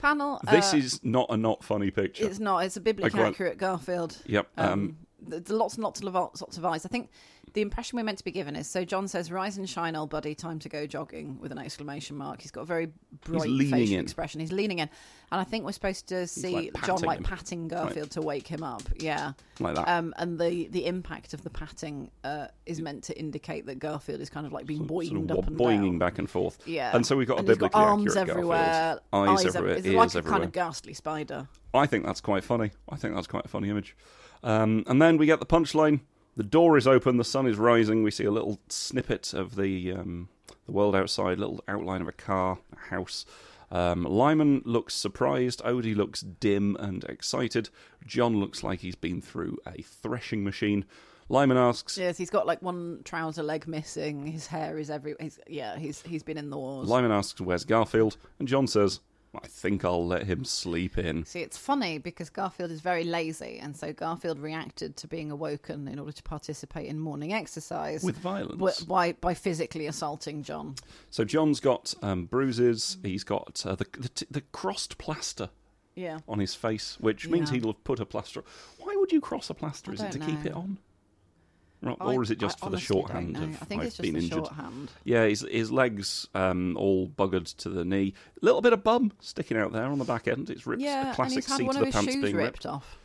S2: panel,
S1: this
S2: uh,
S1: is not a not funny picture.
S2: it's not. It's a biblically
S1: I can't-
S2: accurate Garfield.
S1: Yep.
S2: Um,
S1: um,
S2: there's lots and lots of lots of eyes. I think the impression we're meant to be given is so. John says, "Rise and shine, old buddy. Time to go jogging." With an exclamation mark. He's got a very bright
S1: leaning
S2: facial
S1: in.
S2: expression. He's leaning in, and I think we're supposed to see
S1: like,
S2: John
S1: patting
S2: like
S1: him.
S2: patting Garfield to wake him up. Yeah.
S1: like that.
S2: Um, and the, the impact of the patting uh, is meant to indicate that Garfield is kind of like being boinged
S1: sort of
S2: up
S1: wa-
S2: and
S1: boinging
S2: down.
S1: back and forth.
S2: Yeah.
S1: And so we've got a
S2: and he's
S1: biblically
S2: arms
S1: accurate
S2: everywhere,
S1: Garfield. Eyes,
S2: ev-
S1: everywhere,
S2: it's
S1: ears
S2: like a
S1: everywhere.
S2: kind of ghastly spider.
S1: I think that's quite funny. I think that's quite a funny image. Um, and then we get the punchline. The door is open. The sun is rising. We see a little snippet of the um, the world outside. Little outline of a car, a house. Um, Lyman looks surprised. Odie looks dim and excited. John looks like he's been through a threshing machine. Lyman asks,
S2: Yes, he's got like one trouser leg missing. His hair is everywhere. He's, yeah, he's he's been in the wars.
S1: Lyman asks, "Where's Garfield?" And John says, "I think I'll let him sleep in."
S2: See, it's funny because Garfield is very lazy, and so Garfield reacted to being awoken in order to participate in morning exercise
S1: With violence.
S2: wi- by by physically assaulting John.
S1: So John's got um, bruises. He's got uh, the, the t- the crossed plaster
S2: Yeah,
S1: on his face, which means
S2: Yeah.
S1: he'll have put a plaster. Why would you cross a plaster?
S2: I
S1: Is it to
S2: don't
S1: keep
S2: know.
S1: it on, Right,
S2: I-
S1: or is it just
S2: I
S1: for the
S2: honestly don't
S1: shorthand?
S2: know.
S1: Of,
S2: I think
S1: "I've
S2: it's just
S1: been
S2: the
S1: injured.
S2: shorthand.
S1: Yeah, his his legs um, all buggered to the knee. A little bit of bum sticking out there on the back end. It's ripped.
S2: Yeah,
S1: a
S2: and
S1: classic
S2: he's had
S1: seat
S2: one
S1: of
S2: of
S1: the
S2: his
S1: pants
S2: shoes
S1: being
S2: ripped,
S1: ripped.
S2: off,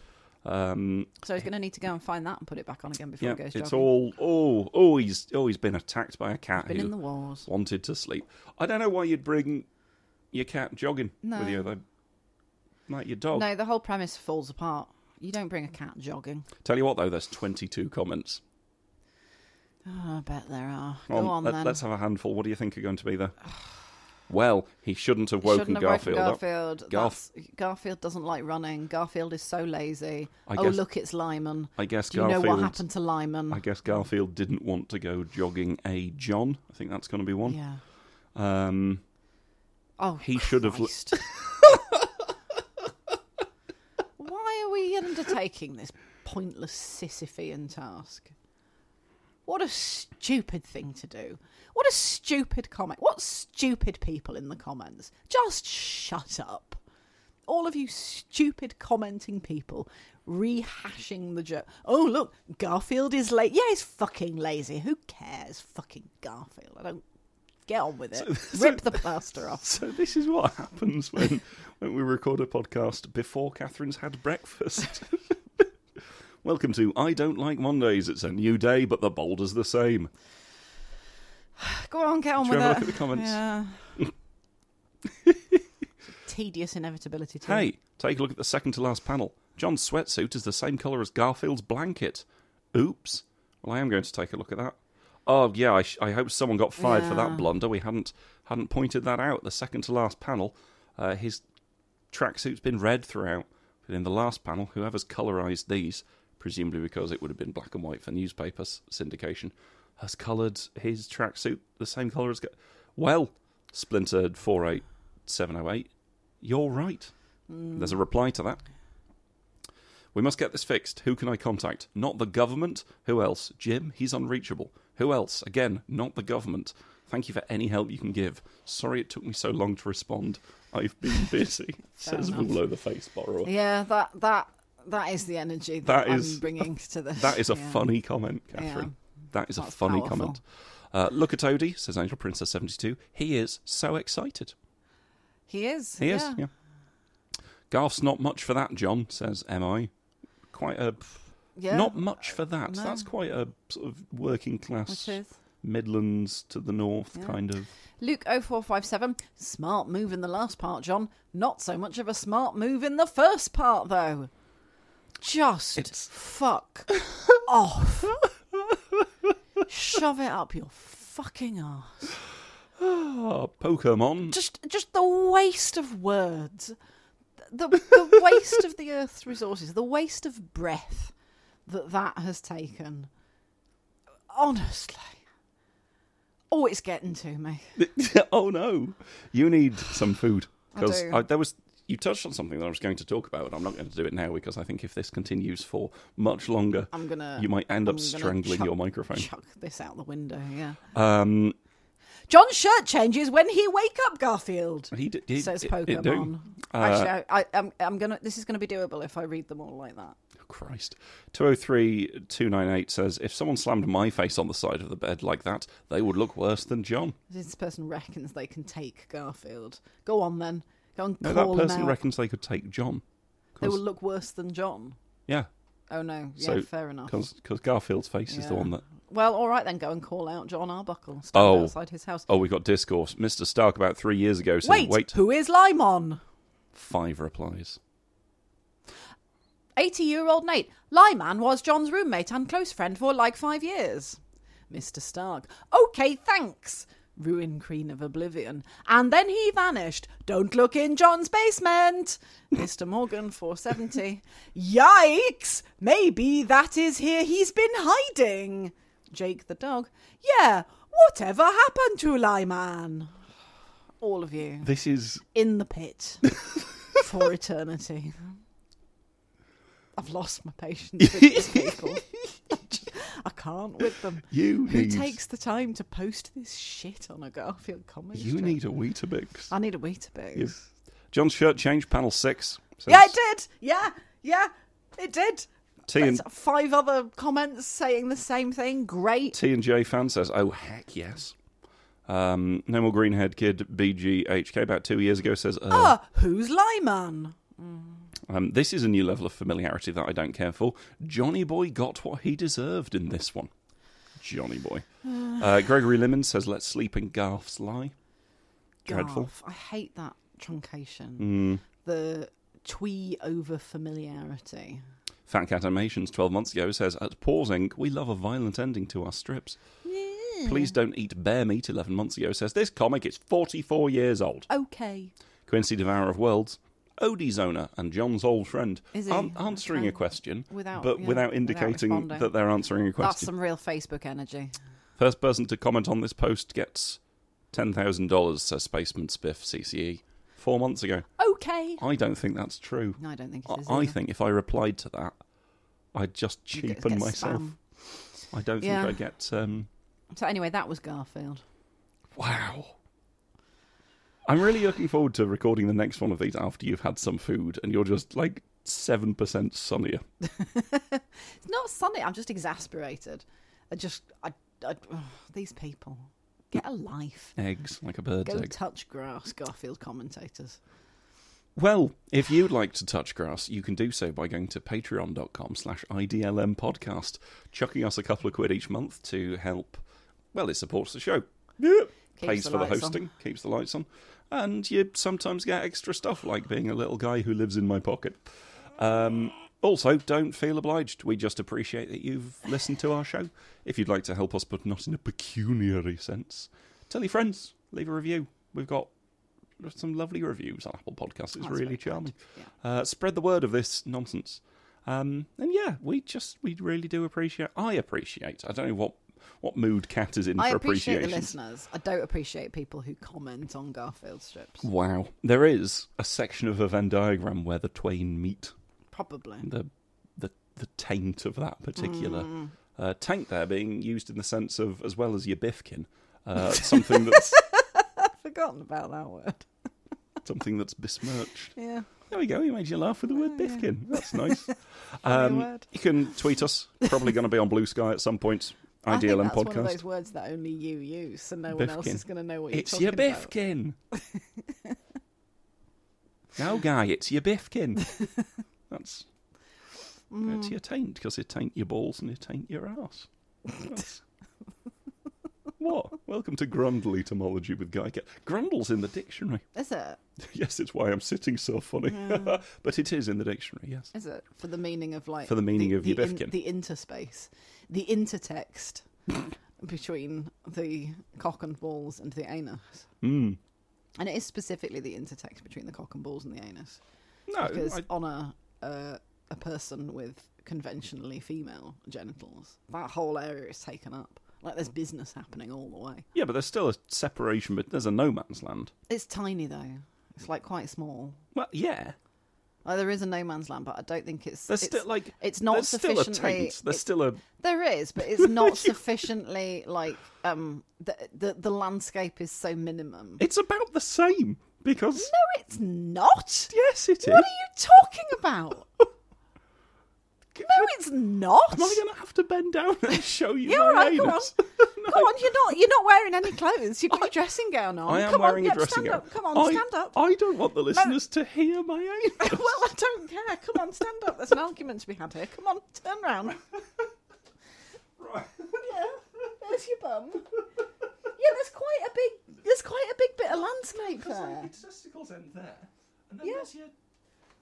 S1: Um,
S2: so he's going to need to go and find that and put it back on again before
S1: yeah,
S2: he goes
S1: it's
S2: jogging.
S1: all. Oh, oh, he's oh, he's been attacked by a cat.
S2: been
S1: who
S2: in the wars.
S1: wanted to sleep. I don't know why you'd bring your cat jogging
S2: No.
S1: with you though. Like your dog.
S2: No, the whole premise falls apart. You don't bring a cat jogging.
S1: Tell you what though, there's 22 comments.
S2: Oh, I bet there are. Go
S1: Well,
S2: on
S1: Um, let,
S2: then.
S1: us have a handful. What do you think are going to be there? well, he shouldn't have woken
S2: Shouldn't have
S1: Garfield
S2: woken
S1: up.
S2: Garfield.
S1: Garf-
S2: That's- Garfield doesn't like running. Garfield is so lazy.
S1: I
S2: oh,
S1: guess-
S2: look, it's Lyman.
S1: I guess
S2: Do you know
S1: Garfield-
S2: what happened to Lyman?
S1: I guess Garfield didn't want to go jogging a John. I think that's going to be one.
S2: Yeah.
S1: Um,
S2: Oh,
S1: He should have l-
S2: Christ. Why are we undertaking this pointless Sisyphean task? What a stupid thing to do. What a stupid comment. What stupid people in the comments. Just shut up. All of you stupid commenting people rehashing the joke. Oh, look, Garfield is late. Yeah, he's fucking lazy. Who cares? Fucking Garfield. I don't get on with it. Rip the plaster off.
S1: so this is what happens when when we record a podcast before Catherine's had breakfast. Welcome to I Don't Like Mondays. It's a new day, but the boulder's the same.
S2: Go on, get on
S1: Should we
S2: with
S1: have a
S2: it.
S1: look at the comments?
S2: Yeah. Tedious inevitability. Too.
S1: Hey, take a look at the second to last panel. John's sweatsuit is the same colour as Garfield's blanket. Oops. Well, I am going to take a look at that. Oh yeah, I, sh- I hope someone got fired for that
S2: Yeah.
S1: blunder. We hadn't hadn't pointed that out. The second to last panel, uh, his tracksuit's been red throughout. But in the last panel, whoever's colourised these, presumably because it would have been black and white for newspaper s- syndication, has coloured his tracksuit the same colour as. Ga- well, splintered four eight seven oh eight. You're right. There's a reply to that. We must get this fixed. Who can I contact? Not the government. Who else? Jim, he's unreachable. Who else? Again, not the government. Thank you for any help you can give. Sorry it took me so long to respond. I've been busy, says
S2: enough.
S1: below the face borrower.
S2: Yeah, that that that is the energy that,
S1: That
S2: I'm
S1: is-
S2: bringing to this.
S1: That is a
S2: Yeah.
S1: funny comment, Catherine. That is a
S2: That's
S1: funny
S2: powerful.
S1: comment. Uh, look at Odie, says Angel Princess 72. He is so excited.
S2: He is.
S1: He
S2: yeah.
S1: is, yeah. Garf's not much for that, John, says MI. Quite a
S2: Yeah,
S1: Not much for that.
S2: No.
S1: That's quite a sort of working class
S2: It is.
S1: Midlands to the north,
S3: Yeah.
S1: kind of.
S3: Luke 0457, smart move in the last part, John. Not so much of a smart move in the first part, though. Just
S1: It's-
S3: fuck off. Shove it up your fucking ass.
S1: Ah, Pokemon.
S3: Just, just the waste of words, the, the waste of the earth's resources, the waste of breath that that has taken. Honestly. Oh, it's getting to me.
S1: oh no, you need some food
S3: I
S1: because
S3: do.
S1: there was. You touched on something that I was going to talk about, and I'm not going to do it now because I think if this continues for much longer,
S3: I'm gonna.
S1: you might end
S3: I'm
S1: up
S3: gonna
S1: strangling
S3: chuck-
S1: your microphone.
S3: Chuck this out the window. Yeah.
S1: Um,
S3: John's shirt changes when he wake up. Garfield
S1: he d- he-
S3: says
S1: it-
S3: Pokemon.
S1: It do. Uh,
S3: Actually, I, I, I'm, I'm gonna. This is gonna be doable if I read them all like that.
S1: Christ. 203 298 says If someone slammed my face on the side of the bed like that, they would look worse than John.
S3: This person reckons they can take Garfield. Go on then. Go and
S1: No, that
S3: call
S1: person
S3: them out.
S1: reckons they could take John.
S3: they
S1: 'Cause-
S3: will look worse than John.
S1: Yeah,
S3: Oh no. Yeah,
S1: So,
S3: fair enough.
S1: because Garfield's face is the
S3: Yeah.
S1: one that.
S3: Well, all right then. Go and call out John Arbuckle. Stand
S1: Oh.
S3: outside his house.
S1: Oh, we've got discourse. Mr. Stark about three years ago said,
S3: wait,
S1: wait,
S3: Who is Limon?
S1: Five replies.
S3: 80 year old Nate. Lyman was John's roommate and close friend for like five years. Mr. Stark. Okay, thanks. Ruin Queen of Oblivion. And then he vanished. Don't look in John's basement. Mr. Morgan, 470. Yikes! Maybe that is here he's been hiding. Jake the dog. Yeah, whatever happened to Lyman? All of you
S1: This is.
S3: in the pit for eternity. I've lost my patience with these people. I can't with them.
S1: You
S3: Who
S1: need.
S3: takes the time to post this shit on a Garfield comic?
S1: you
S3: strip?
S1: need a Weetabix.
S3: I need a Weetabix.
S1: Yes. John's shirt change, panel six. says,
S3: Yeah, it did. Yeah, yeah, it did.
S1: T and,
S3: That's five other comments saying the same thing. Great.
S1: T and J fan says, "Oh heck yes." Um, no more greenhead kid BGHK about two years ago says, uh,
S3: Ah, who's Lyman?
S1: um, "This is a new level of familiarity that I don't care for." Johnny Boy got what he deserved in this one. Johnny Boy. Uh, Gregory Lemon says, "Let's sleep in Garf's lie." Dreadful.
S3: Garf. Oh, I hate that truncation.
S1: Mm.
S3: The twee over familiarity.
S1: Fat Cat Animations twelve months ago says, "At pausing, we love a violent ending to our strips." Please don't eat bear meat. Eleven months ago says, "This comic is forty-four years old."
S3: Okay.
S1: Quincy Devourer of Worlds, Odie's owner and John's old friend,
S3: Is he?
S1: an- answering
S3: Okay.
S1: a question,
S3: Without-
S1: but without
S3: yeah, without
S1: indicating
S3: responding.
S1: that they're answering a
S3: That's
S1: question.
S3: some real Facebook energy.
S1: First person to comment on this post gets $10,000, says Spaceman Spiff CCE. Four months ago.
S3: Okay.
S1: I don't think that's true.
S3: No, I don't think it is.
S1: I, I
S3: either.
S1: think if I replied to that, I'd just
S3: You get-
S1: cheapen
S3: get
S1: myself.
S3: spam.
S1: I don't think
S3: Yeah.
S1: I get. Um,
S3: So anyway, that was Garfield.
S1: wow. I'm really looking forward to recording the next one of these after you've had some food and you're just like 7% sunnier.
S3: It's not Sunday. I'm just exasperated. I just, I, I ugh, these people get a life.
S1: eggs like a bird's
S3: Go
S1: egg.
S3: touch grass, Garfield commentators.
S1: well, if you'd like to touch grass, you can do so by going to patreon.com slash IDLM podcast, chucking us a couple of quid each month to help. Well, it supports the show. Pays
S3: the
S1: for the
S3: lights on.
S1: hosting, keeps the lights on. And you sometimes get extra stuff like being a little guy who lives in my pocket. Um, also, don't feel obliged. We just appreciate that you've listened to our show. If you'd like to help us, but not in a pecuniary sense, tell your friends, leave a review. We've got some lovely reviews on Apple Podcasts. It's
S3: That's
S1: really
S3: very
S1: charming.
S3: kind.
S1: Uh, spread the word of this nonsense. Um, and yeah, we just we really do appreciate. I appreciate. I don't know what what mood Cat is in
S3: I
S1: for
S3: appreciate the
S1: appreciation.
S3: listeners. I don't appreciate people who comment on Garfield strips.
S1: Wow, there is a section of a Venn diagram where the twain meet.
S3: Probably.
S1: the the the taint of that particular
S3: Hmm.
S1: uh, taint there being used in the sense of as well as your biffkin, uh, something that's
S3: I've forgotten about that word.
S1: something that's besmirched.
S3: Yeah.
S1: There we go. He made you laugh with the word biffkin. That's nice.
S3: Oh, Funny
S1: Um,
S3: word.
S1: you can tweet us. Probably going to be on Blue Sky at some point.
S3: I think
S1: IDLM
S3: that's one of
S1: podcast.
S3: those words that only you use, so no one else
S1: Bifkin.
S3: is going to know what
S1: It's
S3: you're
S1: your
S3: talking about.
S1: biffkin. no, guy, it's your biffkin. That's
S3: Mm.
S1: it's your taint because it taint your balls and it taint your ass. That's- Welcome to Grundle etymology with Guy Cat. Grundle's in the dictionary.
S3: Is it?
S1: Yes, it's why I'm sitting so funny. but it is in the dictionary, yes.
S3: Is it for the meaning of like
S1: For the meaning of
S3: the,
S1: Yudefkin.
S3: the interspace, the intertext between the cock and balls and the anus,
S1: Mm.
S3: and it is specifically the intertext between the cock and balls and the anus
S1: No,
S3: because
S1: I-
S3: on a uh, a person with conventionally female genitals, that whole area is taken up. Like there's business happening all the way.
S1: yeah, but there's still a separation, but there's a no man's land.
S3: It's tiny though. It's like quite small.
S1: Well, yeah.
S3: Like there is a no man's land, but I don't think it's
S1: There's
S3: it's,
S1: still, like,
S3: it's not
S1: there's still a
S3: sufficiently.
S1: taint. There's
S3: it-
S1: still a.
S3: There is, but it's not sufficiently like um the the, the landscape is so minimum.
S1: It's about the same because.
S3: no, it's not.
S1: Yes, it is.
S3: What are you talking about? No, it's not.
S1: Am I going to have to bend down and show you
S3: You're
S1: my
S3: all right, come
S1: anus?
S3: on. Come on, you're not you're not wearing any clothes. You've got your dressing gown on.
S1: I am
S3: come
S1: wearing
S3: on,
S1: a
S3: yeah,
S1: dressing
S3: stand
S1: gown.
S3: Up. Come on,
S1: I,
S3: stand up.
S1: I don't want the listeners to hear my anus.
S3: well, I don't care. Come on, stand up. There's an argument to be had here. Come on, turn round.
S1: Right.
S3: Yeah, there's your bum. Yeah, there's quite a big there's quite a big bit of landscape there.
S1: testicles end there, and
S3: Yeah. there's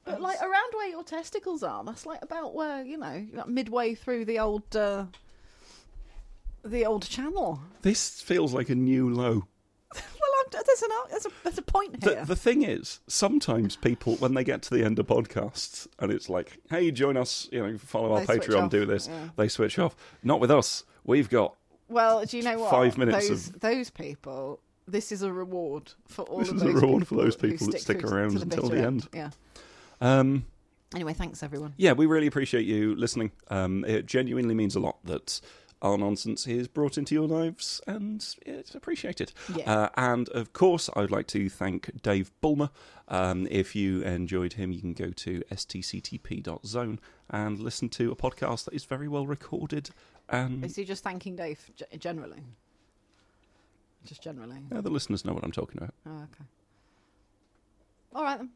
S3: But like
S1: a...
S3: around where your testicles are, that's like about where you know like midway through the old uh, the old channel.
S1: this feels like a new low.
S3: well, I'm, there's an ar- there's a there's a point
S1: The,
S3: here.
S1: the thing is, sometimes people, when they get to the end of podcasts, and it's like, "Hey, join us," you know, follow our
S3: They switch
S1: Patreon,
S3: off,
S1: do this,
S3: yeah.
S1: they switch off. Not with us. We've got
S3: well, do you know what?
S1: five minutes
S3: Those
S1: of-
S3: those people. This is a reward for all
S1: This
S3: of
S1: is
S3: those.
S1: a reward for those
S3: who
S1: people that stick
S3: through to
S1: around
S3: the
S1: until
S3: bitter
S1: the
S3: Yeah.
S1: um,
S3: Anyway, thanks everyone.
S1: yeah, we really appreciate you listening. Um, it genuinely means a lot that our nonsense is brought into your lives and it's appreciated.
S3: Yeah.
S1: Uh, and of course, I would like to thank Dave Bulmer. Um, if you enjoyed him, you can go to stctp.zone and listen to a podcast that is very well recorded. And
S3: Is he just thanking Dave g- generally? Just generally.
S1: yeah, the listeners know what I'm talking about.
S3: Oh, okay. All right then.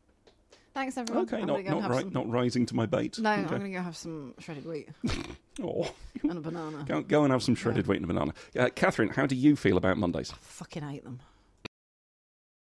S3: Thanks everyone.
S1: Okay,
S3: Oh, I'm
S1: not,
S3: gonna go and
S1: not,
S3: have
S1: ri-
S3: some-
S1: not rising to my bait.
S3: No, I'm
S1: okay.
S3: going to go have some shredded wheat
S1: Oh,
S3: and a banana.
S1: go, go and have some shredded wheat and a banana. Uh, Catherine, how do you feel about Mondays?
S3: Fucking hate them.